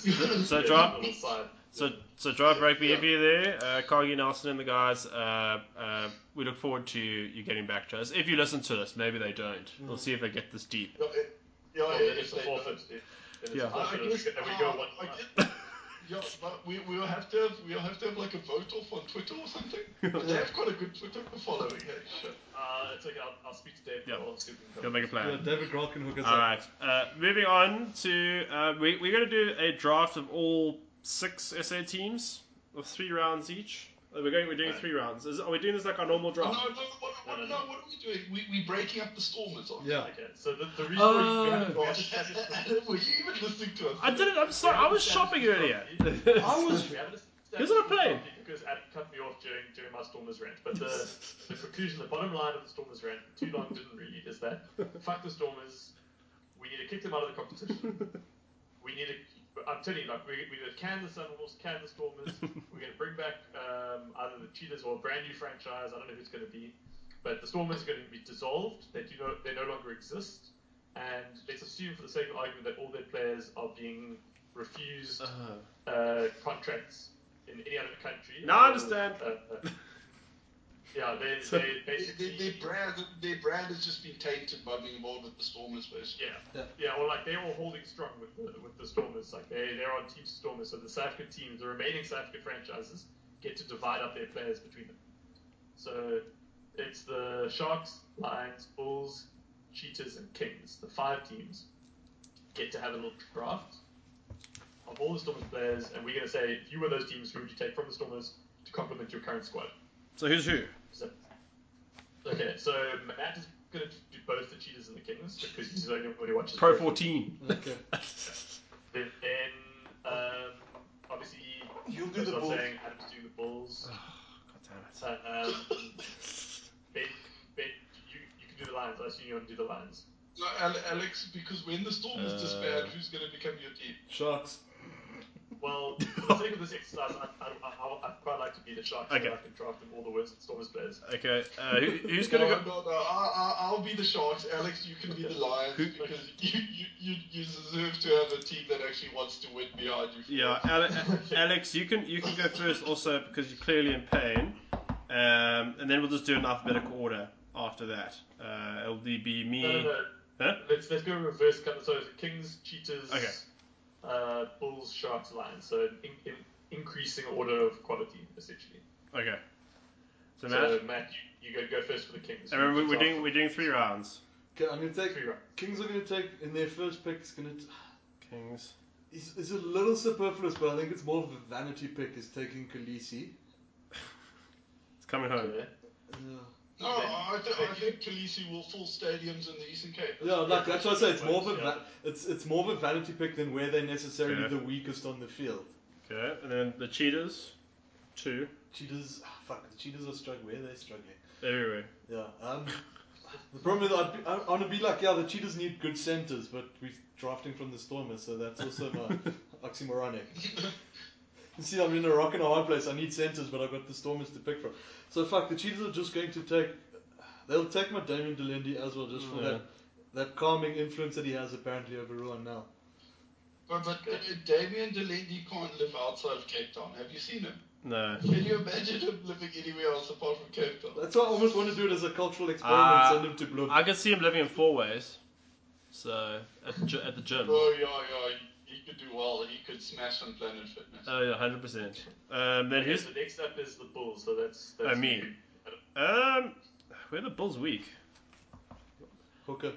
yes. So, Yes, draft- on the side. So, so drive rugby Yeah. if you there, uh, Cargi Nelson and the guys. Uh, uh, we look forward to you, you getting back to us. If you listen to this, maybe they don't. We'll see if they get this deep. Yeah, eh, yeah, Oh, eh, then if it's the they don't. forfeit. Then it's Yeah. the I forfeit, and we guess, go- and we go uh, one. I guess- yeah, but we we'll have to have we'll have to have like a vote off on Twitter or something. they have quite a good Twitter following. Hey, shit. Uh, it's okay. I'll, I'll speak to Dave. Yeah. I'll see if we can He'll come. make a plan. Yeah, David Grohl can hook us All up. right. Uh, moving on to uh, we, we're going to do a draft of all six SA teams of three rounds each. Uh, We're going. We're doing three rounds. Is, are we doing this like our normal No, no, draft? what, what, No, no, no, no. what are we doing? We we breaking up the stormers. Aren't Yeah. Okay, so the, the reason Oh. we have, we? we have Gosh, to establish Were you even listening to us? I didn't. I'm sorry. I was shopping earlier. I was We haven't established Here's what I'm the playing. topic Because Adam cut me off during, during my Stormers rant. But the, the conclusion, the bottom line of the Stormers rant, too long didn't read, is that fuck the Stormers. We need to kick them out of the competition. We need to. I'm telling you, like, we're, we're going to can the Sunwolves, can the Stormers. We're going to bring back um, either the Cheetahs or a brand new franchise. I don't know who it's going to be. But the Stormers are going to be dissolved. They, do no, they no longer exist. And let's assume, for the sake of argument, that all their players are being refused Uh-huh. uh, contracts in any other country. Now I understand. Uh, uh, Yeah, they, So- they Their, their- basically. their brand, their brand has just been tainted by being involved with the Stormers, basically. Yeah, Yeah. yeah. Well, like they were holding strong with the, with the Stormers. Like they they're on Team Stormers, so the South African teams, the remaining South African franchises, get to divide up their players between them. So it's the Sharks, Lions, Bulls, Cheetahs, and Kings. The five teams get to have a little draft of all the Stormers players, and we're going to say if you were those teams, who would you take from the Stormers to complement your current squad? So who's who? So, okay, so Matt is going to do both the Cheetahs and the Kings because he's the only one who watches. Pro both. 14. Okay. Then, um, obviously, You'll do as the I'm Bulls. saying, Adam's doing the Bulls. God damn Uh, um, ben, ben, you, you can do the Lions. I assume you want to do the Lions. No, Al- Alex, because when the storm is Uh, disbanded, who's going to become your team? Sharks. Well, for the sake of this exercise, I, I, I, I'd quite like to be the Sharks Okay. so I can draft them all the worst Stormers players. it. Okay, uh, who, who's gonna no, go? No, no, I, I, I'll be the Sharks. Alex, you can be the Lions Who- because you, you, you, you deserve to have a team that actually wants to win behind you. Yeah, Ale- Alex, you can you can go first also because you're clearly in pain, um, and then we'll just do an alphabetical order after that. Uh, it'll be me. No, no, no. Huh? Let's, let's go reverse. count. So the Kings, Cheetahs, Okay. uh, Bulls, Sharks, Lions. So in, in, increasing order of quality, essentially. Okay. So, Matt, So Matt, you, you go, go first for the Kings. and remember, we're Start doing from we're doing three rounds. Okay, I'm gonna take. three rounds. Kings are gonna take in their first pick. It's gonna. T- Kings. it's, it's a little superfluous, but I think it's more of a vanity pick. Is taking Khaleesi. It's coming home. Yeah. Uh, No, I, th- I think Khaleesi will fill stadiums in the Eastern Cape. yeah, like Yeah, that's why I say it's more of a yeah. va- it's it's more of a vanity pick than where they're necessarily Yeah. the weakest on the field. Okay, and then the cheaters, two Cheetahs, ah, fuck, the cheetahs are struggling. Where they're struggling. everywhere. Yeah. Um, the problem is, I'd be, I, I want to be like, yeah, the cheetahs need good centers, but we're drafting from the Stormers, so that's also my oxymoronic. You see, I'm in a rock and a hard place. I need centers, but I've got the Stormers to pick from. So fuck, the cheetahs are just going to take. They'll take my Damien Delendi as well, just for Mm, Yeah. that that calming influence that he has apparently over Ruan now. But, but uh, Damien Delaney can't live outside of Cape Town. Have you seen him? No. Can you imagine him living anywhere else apart from Cape Town? That's why I almost want to do it as a cultural experiment. Ah, send him to Bloom. I could see him living in four ways. So at the, gy- at the gym. Oh, yeah, yeah. He, he could do well. He could smash on Planet Uh, Fitness. Oh yeah, hundred percent. Um, then Okay, who's so next up is the Bulls. So that's, Oh, that's me. um, where the Bulls weak? Hooker.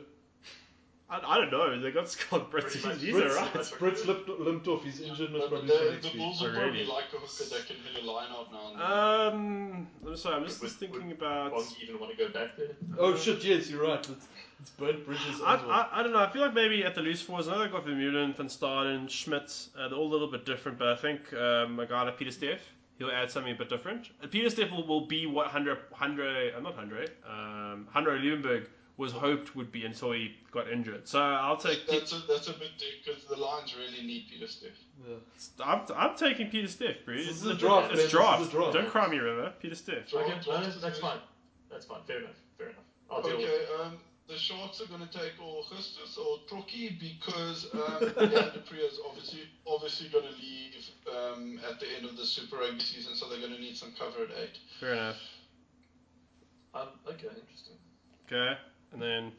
I, I don't know. They got Scott Brett. Pretty He's, much. he's Brits- alright. Brits limped, limped off. He's injured and is But probably the, still the XP. Bulls will Already. probably like a hooker that can hit a line out now and then. Uh, Um, I'm sorry. I'm just, just Would- thinking would about. Bongi even want to go back there? Oh shit! Yes, you're right. It's, it's burnt bridges. as I, well. I, I don't know. I feel like maybe at the loose fours, another guy from Mulan, Van Staden, Schmidt, uh, they're all a little bit different, but I think um, a guy like Peter Steff, he'll add something a bit different. Uh, Peter Steff will, will be what Hundred, Hundred, uh, not Hundred, um, Hundred Liebenberg was hoped would be until he got injured. So I'll take. Pe- That's a, that's a bit dick because the Lions really need Peter Stiff. Yeah. I'm, I'm taking Peter Steff, bro. This It's is a draft, man. This It's is draft. a draft. Don't cry me, River. Peter Steff. Okay, no, that's, that's fine. That's fine. Fair enough. Fair enough. I'll deal with Okay, um, the Sharks are going to take Augustus or Trocky because um, Dan Dupree is obviously obviously going to leave um, at the end of the Super Rugby season, so they're going to need some cover at eight. Fair enough. Um, okay, interesting. Okay. And then.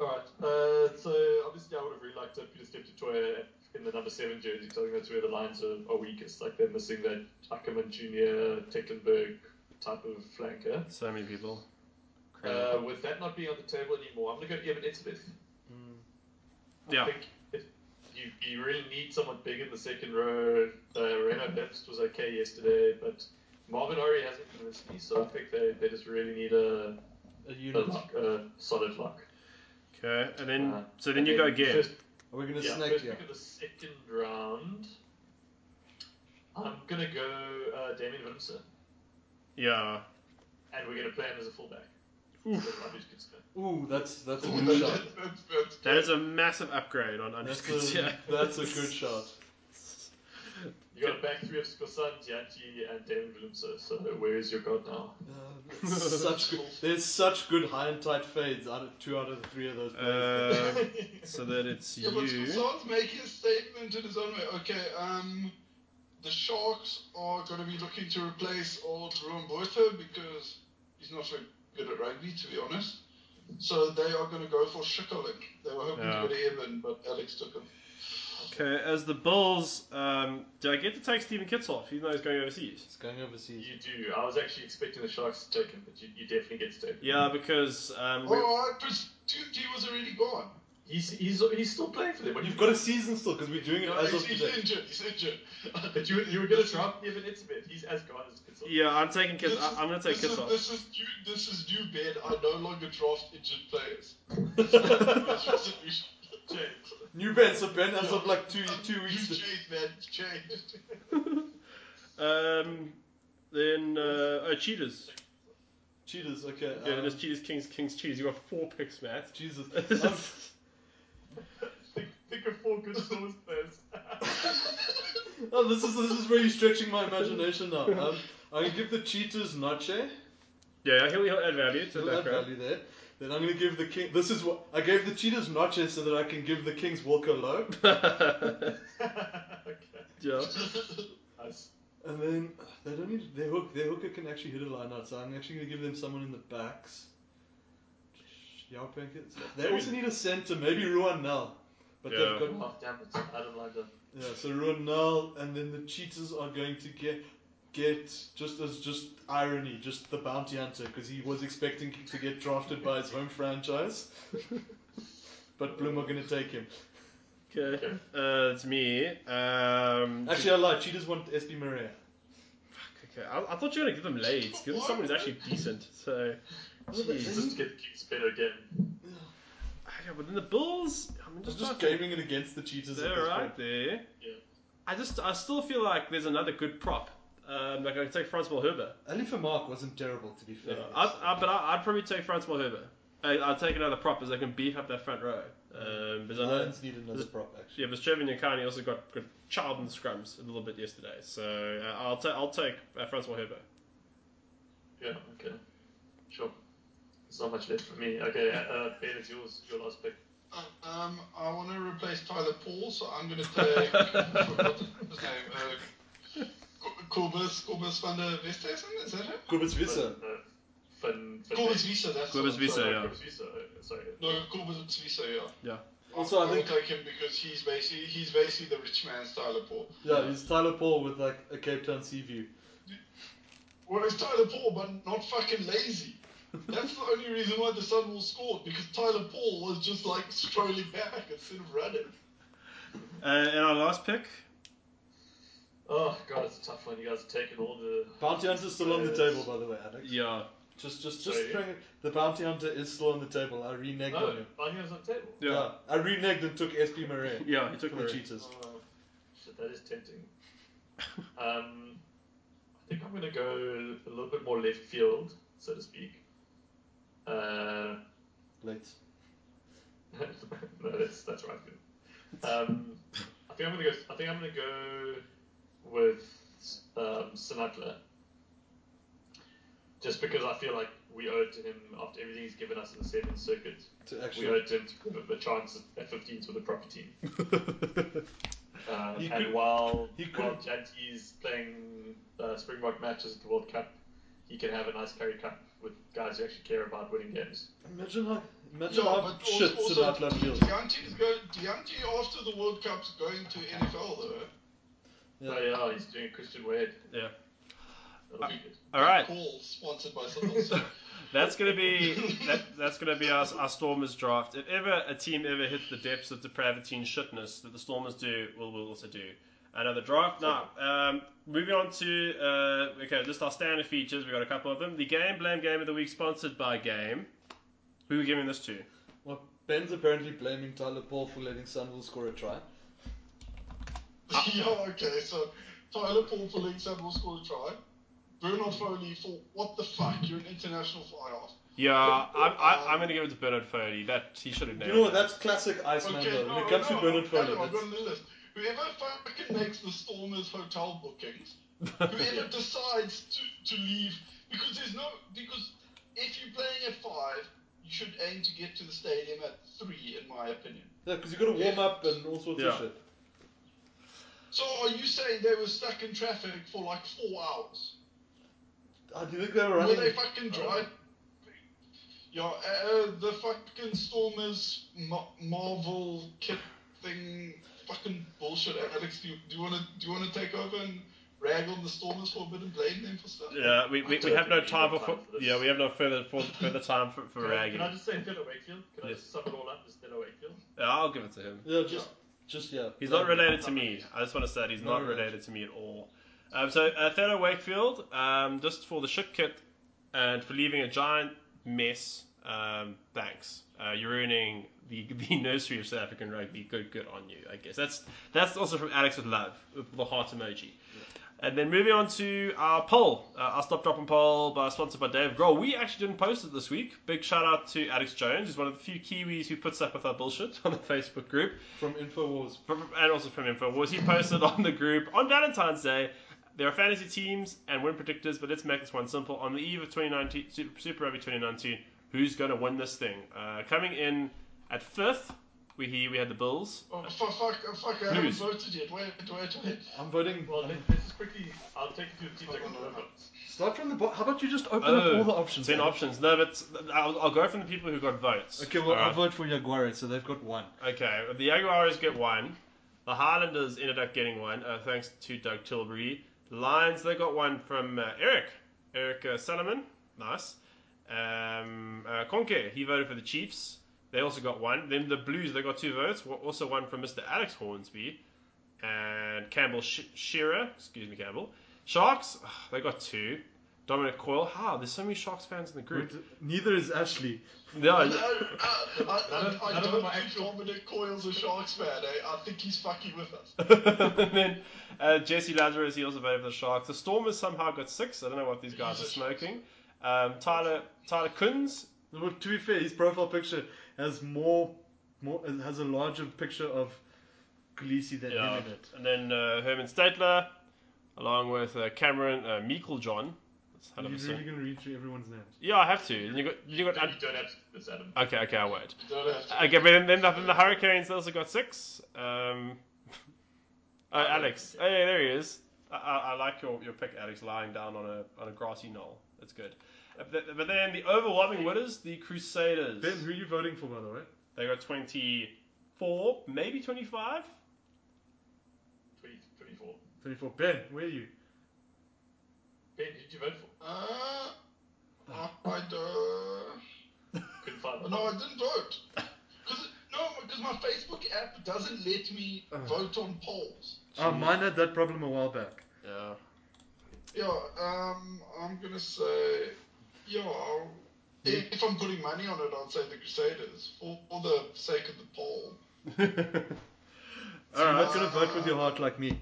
Alright, uh, so obviously I would have really liked to Peter Step to Toya in the number 7 jersey, because I think that's where the lines are, are weakest. Like they're missing that Ackerman Jr., Tecklenburg type of flanker. So many people. Uh, with that not being on the table anymore, I'm going to go Evan Etzebeth. I yeah. think if you, you really need someone big in the second row. Uh, Reno Debst was okay yesterday, but Marvin Ori hasn't convinced me, so I think they, they just really need a, A a, unit. Are lock, a solid lock. Okay. And then. Uh, so then you go Okay, again. first- we gonna yeah, snake first here? pick of the second round. I'm gonna go uh, Damien Willemsen, Yeah. and we're gonna play him as a fullback. Oof. That's my biggest concern. Ooh, that's that's a Ooh, good shot. that's- that's- that's That good. is a massive upgrade on That's Underscores. a, Yeah. that's a good shot. You got a back three of Skosan, Dianchi, and Damien Willemsen. So where is your god now? Uh, such good, there's such good high and tight fades out of two out of the three of those players. Um, so that it's Yeah, but you. Scott's making a statement in his own way. Okay, um, the Sharks are going to be looking to replace old Ruan Boitha because he's not very good at rugby, to be honest. So they are going to go for Shikalik. They were hoping Yeah. to go to Evan, but Alex took him. Okay, as the Bulls, um, do I get to take Stephen Kitts off, even though he's going overseas? It's going overseas. You do. I was actually expecting the Sharks to take him, but you, you definitely get to take him. Mm-hmm. Yeah, because um, we, Oh, it was, Tutu was already gone. He's, he's, he's still playing for them. What do You've you got a season still because we're doing it No, as he's, of he's today. injured. He's injured. But you, you were going to drop Evan Itzbeth. He's as gone as Kitzel. yeah, I'm taking Kitts. oh. This I, is- I'm going to take this Kitts is, off. This is new. This is new bed. I no longer draft injured players. That's what we should change. New Ben, so Ben as of like two two You've weeks. changed, man. You've changed. um, then uh, oh, Cheetahs. Cheaters, okay. Yeah, Uh-huh. um, there's Cheetahs, Kings, Kings, Cheetahs. You got four picks, Matt. Jesus. Oh. Um, think, think of four good scores players. Oh, this is this is really stretching my imagination now. Um, I'm gonna give the cheaters Noche. yeah, he'll, he'll add value to Still that that crowd. value there. Then I'm gonna give the king. This is what I gave the cheaters Noche so that I can give the kings Walker Low. okay. yeah. Nice. And then they don't need their hook. Their hooker can actually hit a line out, so I'm actually gonna give them someone in the backs. Yarpankins. They also need a center. Maybe Ruan Nell. But Yeah. they've got Oh, damn it. I don't like that. Yeah, so Ronald and then the cheaters are going to get get just as just irony, just the bounty hunter because he was expecting to get drafted by his home franchise, but Bloom are going to take him. Okay. Uh, it's me. Um, Actually, I lied. Cheaters want SB Maria. okay. I, I thought you were gonna give them lades. Give them someone who's actually decent. So, jeez. Just to get the Kings better again. Okay, but then the Bulls. I'm I'm just, just trying to- gaming it against the cheaters. at They're this right point. there. Yeah. I just, I still feel like there's another good prop. Um, like I could take Francois Herbert. Uh, Alifa Mark wasn't terrible to be fair. I, I, but I, I'd probably take Francois Herbert. I, I'd take another prop as they can beef up that front row. Um, because I the know, Lions need another prop actually. yeah, because Trevor Nyakani also got, got child in the scrums a little bit yesterday. So uh, I'll, ta- I'll take uh, Francois Herbert. Yeah, okay. Sure. There's not much left for me. Okay, uh, Ben, it's yours. Your last pick. Uh, Um, I want to replace Tyler Paul, so I'm going to take what's his name? Uh, Cor- Corbus Corbus van der Vestesen, is that him? Kubitz Visser. Fun, uh, fun, fun Corbus name. Visa, that's Corbus the one, Visa, sorry. yeah. Corbus Visa, uh, Sorry. No, Corbus Visa, yeah. Yeah. Also, I I will think- take him because he's basically he's basically the rich man's Tyler Paul. Yeah, he's Tyler Paul with like a Cape Town sea view. Well, it's Tyler Paul, but not fucking lazy. That's the only reason why the Sun will scored because Tyler Paul was just like strolling back instead of running. Uh, and our last pick. Oh, God, it's a tough one. You guys have taken all the. Bounty hunter's still on the table, by the way, Alex. Yeah. Just, just, just Sorry. throwing it. The bounty hunter is still on the table. I reneged No, Oh, on him. Banyo's on the table. Yeah. Yeah. I reneged and took SP Marais he for took the Murray. cheaters. Oh, shit, that is tempting. Um, I think I'm going to go a little bit more left field, so to speak. Uh, Late. no, that's that's right. Good. Um, I think I'm gonna go. I think I'm gonna go with um, Sinatra. Just because I feel like we owe it to him after everything he's given us in the seventh circuit, To we owe actually. it to him to give him a chance at 15s with a proper team. Um, He and could- while he while could- Janty's playing uh, Springbok matches at the World Cup, he can have a nice carry cup with guys who actually care about winning games. Imagine how, imagine Yeah, how but shit also, Sinatra feels. Deontay is going. Deontay after the World Cup's going to NFL though. Yeah. Oh yeah, he's doing Christian Wade. Yeah. That'll be good. All right. Call sponsored by someone. So That's gonna be that, that's gonna be our, our Stormers draft. If ever a team ever hits the depths of depravity and shitness that the Stormers do, we'll, we'll also do another draft. Now, um, moving on to uh, okay, just our standard features. We got a couple of them. The game blame game of the week, sponsored by Game. Who are we giving this to? Well, Ben's apparently blaming Tyler Paul for letting Sunville score a try. yeah, okay. So Tyler Paul for League Seven will score a try. Bernard Foley for what the fuck? You're an international fly-off. Yeah, I'm I, I'm gonna give it to Bernard Foley. That he should have nailed. You know what? it. That's classic Iceman Okay, though. no, When it comes no, to Bernard no, Foley, no, I've got that's- a list. Whoever fucking makes the Stormers hotel bookings, whoever decides to, to leave, because there's no because if you're playing at five, you should aim to get to the stadium at three, in my opinion. yeah, because you've got to warm up and all sorts Yeah. of shit. So are you saying they were stuck in traffic for like four hours? I Ah, do think they were Were running. they fucking dry? Yeah, uh, the fucking Stormers Ma- Marvel kit thing, fucking bullshit. Alex, do you, do you wanna do you wanna take over and rag on the Stormers for a bit and blame them for stuff? Yeah, we, we, we have no time for, Time for this. yeah we have no further for, further time for, for Can I, ragging. can I just say Stella Wakefield? Can I Yes. just sum it all up as Stella Wakefield? Yeah, I'll give it to him. Yeah, just, just yeah. He's not related to me. I just want to say that he's Not not related. related to me at all. Um, so uh, Theodore Wakefield, um, just for the shit kit and for leaving a giant mess. Um, thanks. Uh, you're ruining the, the nursery of South African rugby. Good, good on you. I guess that's that's also from Alex with love, with the heart emoji. And then moving on to our poll, uh, our stop drop and poll, by, sponsored by Dave Grohl. We actually didn't post it this week. Big shout out to Alex Jones, who's one of the few Kiwis who puts up with our bullshit on the Facebook group From Infowars. from, and also from Info Wars. He posted on the group on Valentine's Day. There are fantasy teams and win predictors, but let's make this one simple. On the eve of 2019, Super, Super Rugby 2019, who's going to win this thing? Uh, coming in at fifth, we here we had the Bills. Oh, fuck, fuck, oh, fuck, I haven't Blues. voted yet. Wait, wait, wait. I'm voting. Well, I'm- let- let's just quickly. I'll take you through the teams I can remember. Start from the bottom. How about you just open up Oh, all the options? Ten Alex? options. No, but I'll, I'll go from the people who got votes. Okay, well, I'll Alright. vote for Jaguares, so they've got one. Okay, the Jaguars get one. The Highlanders ended up getting one, uh, thanks to Doug Tilbury. The Lions, they got one from uh, Eric. Eric uh, Salomon. Nice. Um, uh, Conke, he voted for the Chiefs. They also got one. Then the Blues, they got two votes. wa- Also one from Mr. Alex Hornsby. And Campbell Sh- Shearer. Excuse me, Campbell. Sharks, ugh, they got two. Dominic Coyle. How? There's so many Sharks fans in the group. Neither is Ashley. I, No, I, I, I, I None of don't my think actual- Dominic Coyle's a Sharks fan, eh? I think he's fucking with us. and then uh, Jesse Lazarus, he also voted for the Sharks. The Stormers somehow got six. I don't know what these guys are smoking. Um, Tyler Tyler Kunz, Well, to be fair, his profile picture has more, more has a larger picture of Khaleesi than yeah, him in it. and then uh, Herman Statler, along with uh, Cameron uh, Meikle John. That's Are 100%. you really going to read through everyone's names? Yeah, I have to. Then you got you got. You don't have to do this, Adam. okay, okay, I won't. You don't have to. Okay, but then, then the, then the Hurricanes they also got six. Um, oh, Alex. Oh, yeah, there he is. I, I, I like your, your pick, Alex, lying down on a, on a grassy knoll. That's good. Uh, But but then the overwhelming winners, the Crusaders. Ben, who are you voting for, by the way? They got 24, maybe 25? 20, 24. 24. Ben, where are you? Ben, who did you vote for? Uh, I, I don't. Couldn't find No, I didn't vote. Cause, no, because my Facebook app doesn't let me Oh. vote on polls. Oh, mine had that problem a while back. Yeah. Yeah, um, I'm gonna say, yeah, I'll, if, if I'm putting money on it, I'd say the Crusaders for, for the sake of the poll. So you're not going to vote with your heart like me.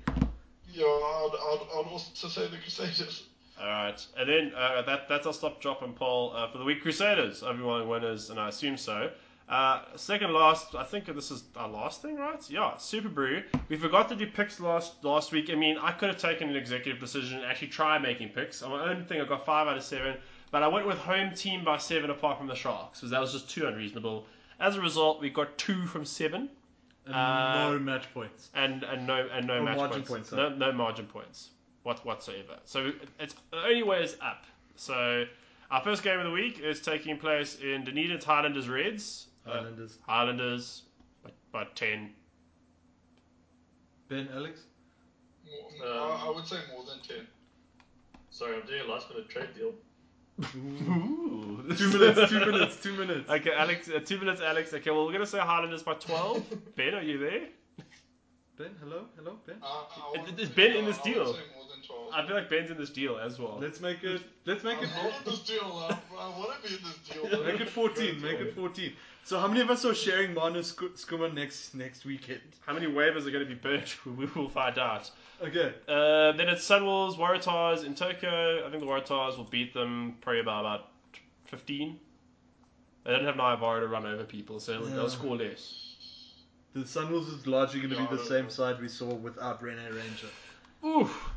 Yeah, I'd, I'd, I'd also say the Crusaders. All right, and then uh, that that's our stop, drop, and poll uh, for the week. Crusaders, overwhelming winners, and I assume so. Uh, second last, I think this is our last thing, right? Yeah, Super Brew. We forgot to do picks last last week. I mean, I could have taken an executive decision and actually try making picks. On my own thing, I got five out of seven, but I went with home team by seven, apart from the Sharks, because that was just too unreasonable. As a result, we got two from seven And Uh, no match points. and and no and no No match margin points, points, no, no margin points, what whatsoever. So it's the only way is up. So our first game of the week is taking place in Dunedin's Highlanders Reds. Uh, Islanders. Highlanders by, by ten. Ben, Alex? More, Um, I, I would say more than ten. Sorry, I'm doing a last minute trade deal. Ooh. two minutes, two minutes, two minutes. Okay, Alex. Uh, two minutes, Alex. Okay, well we're gonna say Highlanders by twelve. ben, are you there? Ben, hello? Hello, Ben? I, I Is- would is say- Ben yeah, in this I would deal? say more than 12. I feel like Ben's in this deal as well. Let's make it, let's I make it wanted this deal. I, I want to be in this deal. Make it 14. Make it 14. So how many of us are sharing Manu Sc- Skuma next next weekend? How many waivers are going to be burnt? We will find out. Okay. Uh, then it's Sunwolves, Waratahs in Tokyo. I think the Waratahs will beat them probably by about 15. They don't have Naivara to run over people, so they'll- Yeah. they'll score less. The Sunwolves is largely going to Yeah, I be the don't know. same side we saw without Rene Ranger. Oof.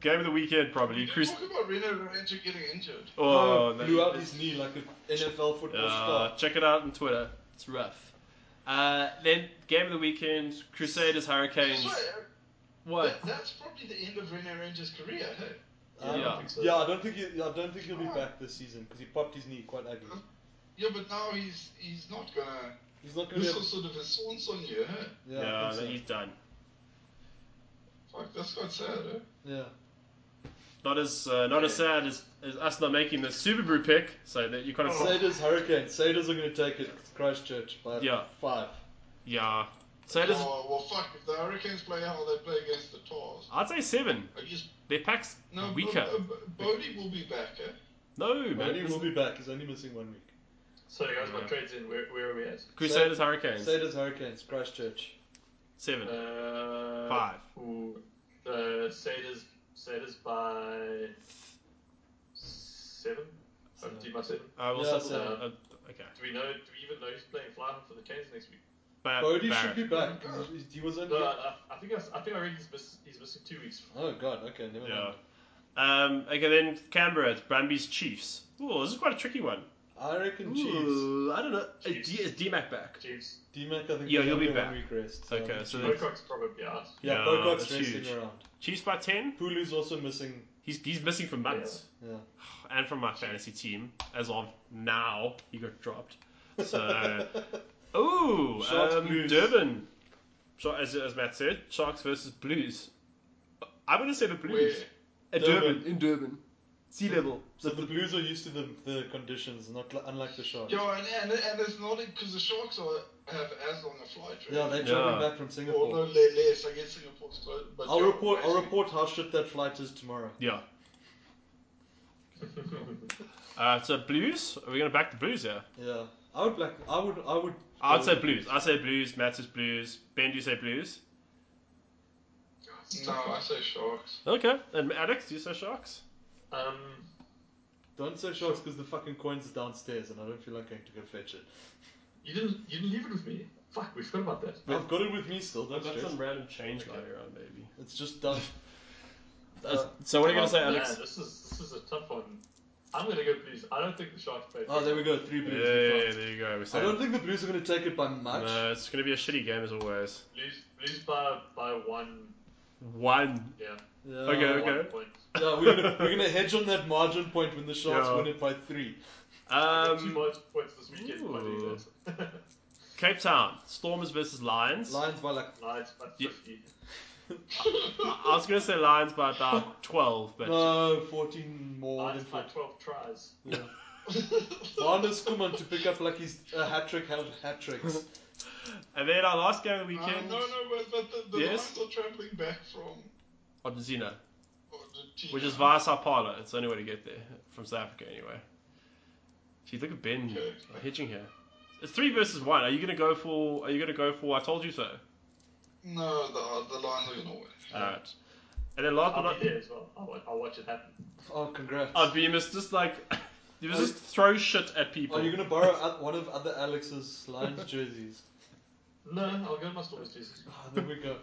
Game of the weekend, We probably. did Crus- talk about Reno Rancho getting injured. oh, that- blew out his knee like an NFL football Uh, star. check it out on Twitter. It's rough. Uh, then, game of the weekend, Crusaders, Hurricanes. Sorry, What? That, that's probably the end of Rene Ranger's career, hey? Um, Yeah. yeah, I don't think he, I don't think he'll be back this season because he popped his knee quite ugly. Yeah, but now he's he's not gonna. He's not going to. This was sort of his swan year, hey? Yeah, Yeah, yeah, that- he's done. Fuck, that's quite sad, eh? yeah. Not as uh, not as sad as, as us not making the Super Brew pick. So that you kind of Saders Hurricanes. Saders are going to take it. It's Christchurch by Yeah. five. yeah. So it is. Oh, well, fuck, if the Hurricanes play how they play against the Tars, I'd say seven. I just. Their pack's No, weaker. Bo- Bo- Bodie will be back, eh? no, man. Manny will be back. He's only missing one week. Sorry guys, my Yeah. trade's in. Where, where are we at? Crusaders Hurricanes Saders Hurricanes. Christchurch. seven. Uh, Five. Ooh, uh, Saders, Saders by seven. Seven. Seventeen by seven. I will Yeah, settle seven. down. Uh, okay. Do we know? Do we even know he's playing flying for the Canes next week? Ba- Bodie Barrett. should be back. 'cause he- He was only. No, I, I think I, s- I think I read he's, miss, he's missing two weeks. Oh God. Okay. Never Yeah. mind. Um, okay, then Canberra, it's Brumbies Chiefs. Ooh, this is quite a tricky one. I reckon Chiefs. Ooh, I don't know. Uh, Chiefs. D- is DMAC back? Chiefs. D-Mac, I think. Yeah, they he'll only be one back. Week rest. Okay, Um, so that's- Mocock's probably out. yeah, Yeah, Pocock's that's resting huge. around. Chiefs by 10? Pulu's also missing. He's, he's missing for months. Yeah. And from my fantasy team. As of now, he got dropped. So, ooh, Sharks, um, Blues. Durban. So, as, as Matt said, Sharks versus Blues. I'm going to say the Where? Blues. At Durban. In Durban. Sea level. So the Blues are used to the, the conditions, not li- unlike the Sharks. Yo, and, and, and it's not because the Sharks are, have as long a flight, right? Yeah, they're Yeah. traveling back from Singapore. Although le- less, I guess Singapore's close. But I'll yeah, report. I'll basically- report how shit that flight is tomorrow. Yeah. Uh, so, Blues? Are we going to back the Blues here? Yeah, I would black. I would. I would. I'd say Blues. I say Blues. Matt says Blues. Ben, do you say Blues? No, I say Sharks. Okay. And Alex, do you say Sharks? Um, Don't say sharks because the fucking coins is downstairs, and I don't feel like going to go fetch it. you didn't you didn't leave it with me. Fuck, we forgot about that. I've got it with me still. Don't stress. random change lying around, maybe. It's just done. Uh, so what are you gonna say, Oh, man, Alex? this is this is a tough one. I'm gonna go Blues. I don't think the Sharks play. Oh, there we go. Three Yeah, blues. in front. there you go. We I said. don't think the blues are going to take it by much. No, it's gonna be a shitty game as always. Blues Blues by by one. One. Yeah. Yeah. Okay. One point. Yeah, we're gonna, we're gonna hedge on that margin point when the sharks Yeah. win it by three. two Um, margin points this weekend. by doing that. Cape Town Stormers versus Lions. Lions by like. Lions by Yeah. 50. I I was gonna say Lions by about twelve, but No, 14 more Lions than by 14. 12 tries. Yeah. Linus Kuman to pick up like his uh, hat trick, hat, hat tricks. and then our last game of the Uh, weekend, no, no, but, but the, the Yes? Lions are traveling back from uh, Odenzina, Argentina. which is via Sao Paulo. It's the only way to get there from South Africa, anyway. Gee, look at Ben Okay. hitching here. It's three versus one. Are you gonna go for? Are you gonna go for? I told you so. No, the, the Lions are gonna win. Alright. And then last but I'll not be there as well. I'll, wa- I'll watch it happen. Oh, congrats. oh, Bemis just like you just throw shit at people. Are you going to Oh, borrow o- one of other Alex's Lions jerseys? No, I'll go to my Stormers jerseys. Ah, there we go.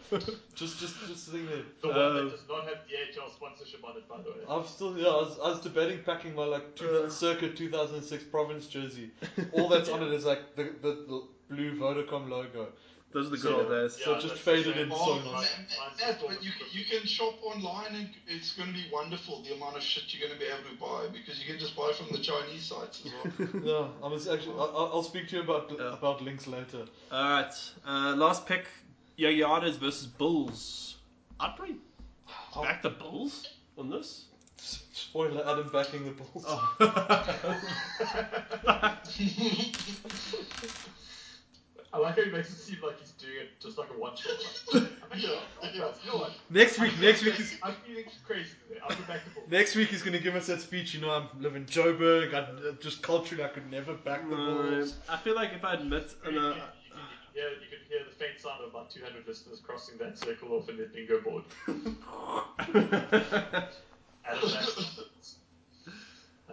Just, just, just sitting there. The one Um, that does not have DHL sponsorship on it, by the way. I'm still, yeah, I was, I was debating packing my like two, Uh. circa 2006 province jersey. All that's on it is like the, the, the blue Vodacom logo. Those are the So- good old days. so just faded in Oh, so Ma- nice. Ma- Matt, but you can, you can shop online and it's going to be wonderful the amount of shit you're going to be able to buy because you can just buy from the Chinese sites as well. No, I was actually. I, I'll I'll speak to you about Yeah. about links later. Alright. Uh, last pick, Yogiadas versus Bulls. I'd probably back the Bulls on this. Spoiler: Adam backing the Bulls. I like how he makes it seem like he's doing it just like a one shot. Like, Yeah, yeah. You know what? Next week, next week is I'm feeling crazy today. I'll go back to ball. next week he's going to give us that speech. You know, I'm living in Joburg. I I- just culturally, I could never back the Bulls. Um, I feel like if I admit You can, you, can, hear, you can hear the faint sound of about 200 listeners crossing that circle off in their bingo board. Oh, Out of that.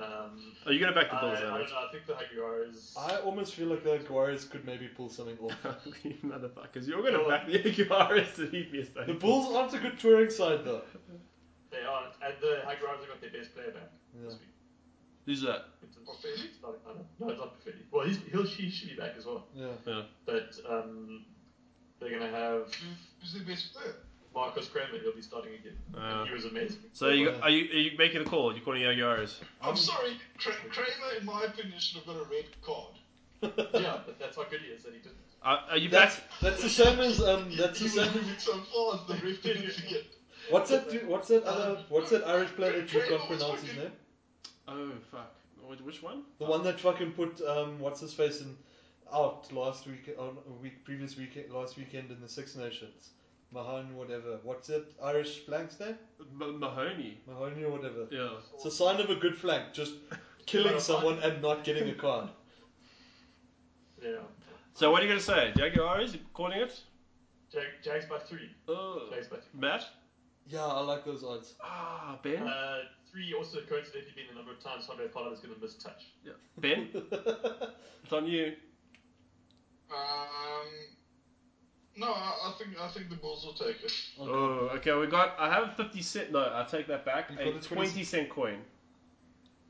Um, Are you gonna back the I, Bulls, I don't Alex? know. I think the Hagiwara is. I almost feel like the Warriors could maybe pull something off. You Motherfuckers, you're gonna back the Yogiadas to leave me The a Bulls aren't a good touring side though. They are, and the Hagiwara's got their best player back this week. Who's that? It's a- Buffetti? it's not- I don't- No, it's not Buffetti. Well, he's, he'll she should be back as well. Yeah. But um, they're gonna have Who- Who's the best player? Marcus Kramer, he'll be starting again. Uh, and he was amazing. So you, are you are you making a call? You're calling Yogi Harris. Um, I'm sorry, Kra- Kramer, in my opinion, should have got a red card. yeah, but that's how good he is that he didn't. Are, are you back? That's that's the same as um that's he the was same. moving so fast, the ref didn't see it. What's that? du- What's that other? What's that Irish player that you Kramer can't was pronounce his fucking- name? Oh fuck! Wait, Which one? The one that fucking put um what's his face in out last week on a week previous week last weekend in the Six Nations. Mahan whatever. What's that Irish flank's name? M- Mahoney. Mahoney or whatever. Yeah. It's a sign of a good flank, just killing someone and not getting a card. Yeah. So what are you gonna say? Yogi Harris? You calling it? Jag, Jags by three. Oh. Jags by three. Matt? Yeah, I like those odds. Ah, Ben. Uh, three also coincidentally been the number of times Andre Pollard is going to miss touch. ben, it's on you. Um, no, I, I think I think the Bulls will take it. Oh, okay. We got. I have a fifty cent. No, I take that back. You've A got a 20 twenty cent coin.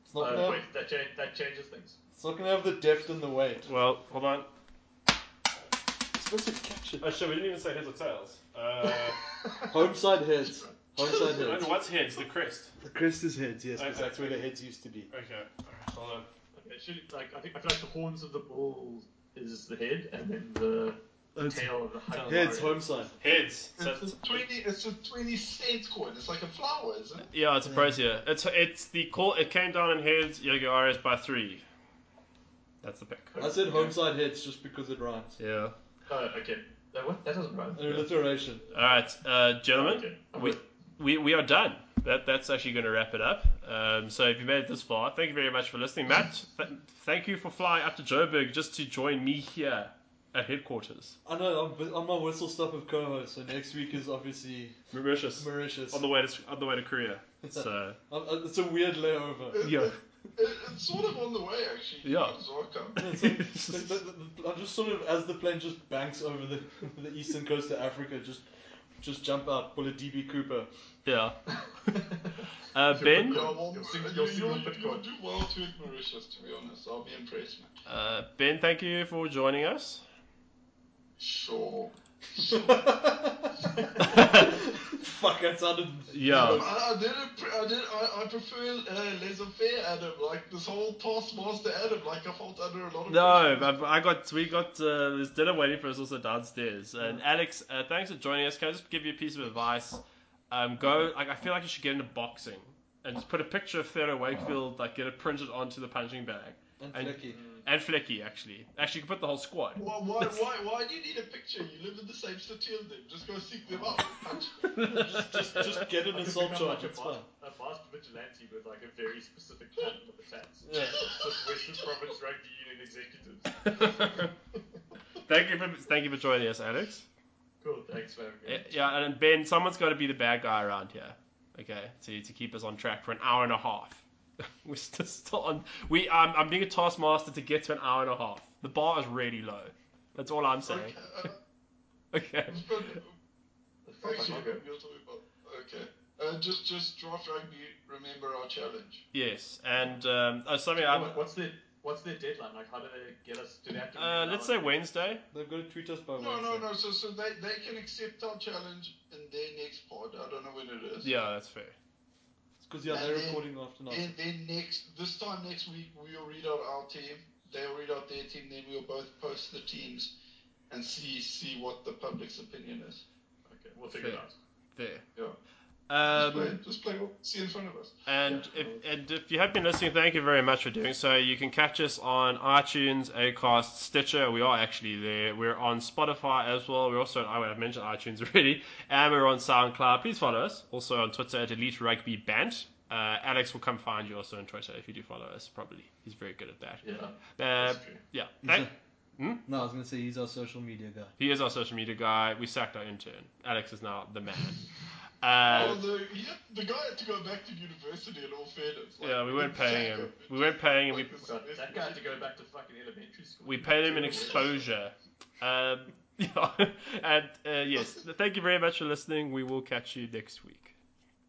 It's Oh, not gonna wait, have, that, cha- that changes things. it's not gonna have the depth and the weight. Well, hold on. It's supposed to catch it. Oh shit! We didn't even say heads or tails. Uh, Home side heads. Home side heads. and what's heads? The crest. The crest is heads, yes, 'cause that's where the heads used to be. Okay. Alright, Hold on. Okay, should it, like I think I feel like the horns of the bull is the head, and then the tail of the high Heads, home side. Heads. It's a twenty. It's a twenty cent coin. It's like a flower, isn't it? Yeah, it's a brazier. It's it's the call. It came down in heads. Yogi Arias by three. That's the pick. I said home side heads just because it rhymes. Yeah. Oh, okay. That, what? that doesn't rhyme. An alliteration. All right, uh, gentlemen, Okay. I'm we, with- we we are done. That that's actually going to wrap it up. Um, so if you made it this far, thank you very much for listening, Matt. Th- thank you for flying up to Joburg just to join me here at headquarters. I know, I'm bu- on my whistle stop of co host, so next week is obviously Mauritius Mauritius. on the way to on the way to Korea. So Um, uh, It's a weird layover. It- Yeah. it- it- it's sort of on the way actually. Yeah. It's welcome. It's like- the- the- the- I just sort of, as the plane just banks over the, the eastern coast of Africa, just just jump out, pull a DB Cooper. yeah, uh, Ben, Yeah, well, You'll you'll, sing- you you'll sing you'll, with you'll Bitcoin. do well to it, Mauritius. To be honest, I'll be impressed. Man. uh, Ben, thank you for joining us. Sure. Fuck, that sounded. Yeah, I, I did. imp- I did. I, I prefer uh, laissez-faire Adam. Like this whole taskmaster Adam. Like I felt under a lot of. no, pressure. I, I got we got uh, there's dinner waiting for us also downstairs. And Alex, uh, thanks for joining us. Can I just give you a piece of advice? um, go like I feel like you should get into boxing and just put a picture of Theodore Wakefield, like get it printed onto the punching bag. And And- Flecky. And Flecky actually. Actually you could put the whole squad. Why, why, why, why do you need a picture? You live in the same city as them. Just go seek them out. Punch. Just, just, just get an I'm just assault become charge, like it's a, masked, fine. a masked uh, vigilante with like a very specific type of attacks. Yeah. It's just Western Province Rugby Union executives. thank you for thank you for joining us, Alex. Cool, thanks for having me. Eh, Yeah, and Ben, someone's gotta be the bad guy around here. Okay, to, to keep us on track for an hour and a half. We're still, still on. We I'm, I'm being a taskmaster to get to an hour and a half. The bar is really low. That's all I'm saying. Okay. Uh, Okay. but, That felt like actually, longer. we'll talk about. Okay. Uh, just, just draft rugby. Remember our challenge. Yes, and um, oh, something I. What- What's their What's their deadline? Like, how do they get us to that? Uh, let's say Wednesday. They've got to treat us by No, no, no. So, so they, they can accept our challenge in their next pod. I don't know when it is. Yeah, that's fair. Because, yeah, they're recording after night. And then next, this time next week, we'll read out our team. They'll read out their team. Then we'll both post the teams, and see see what the public's opinion is. Okay, we'll figure it Fair. out. There. Yeah. just, play, Um, just play what see in front of us. and if and if you have been listening, thank you very much for doing so. You can catch us on iTunes, Acast, Stitcher. We are actually there. We're on Spotify as well. We're also on, I have mentioned iTunes already, and we're on SoundCloud. Please follow us. Also on Twitter at Elite Rugby Band. Uh, Alex will come find you also on Twitter if you do follow us. Probably he's very good at that. Yeah, Uh, that's true. yeah. He's Thank- No, I was going to say he's our social media guy. He is our social media guy. We sacked our intern. Alex is now the man. Although Uh, he had, Oh, the guy had to go back to university. In all fairness, like, yeah, we weren't paying sack him. We weren't paying him. We, Like this- But this that guy had to go back to fucking elementary school. we paid him an exposure. Um, yeah. and uh, yes, thank you very much for listening. We will catch you next week.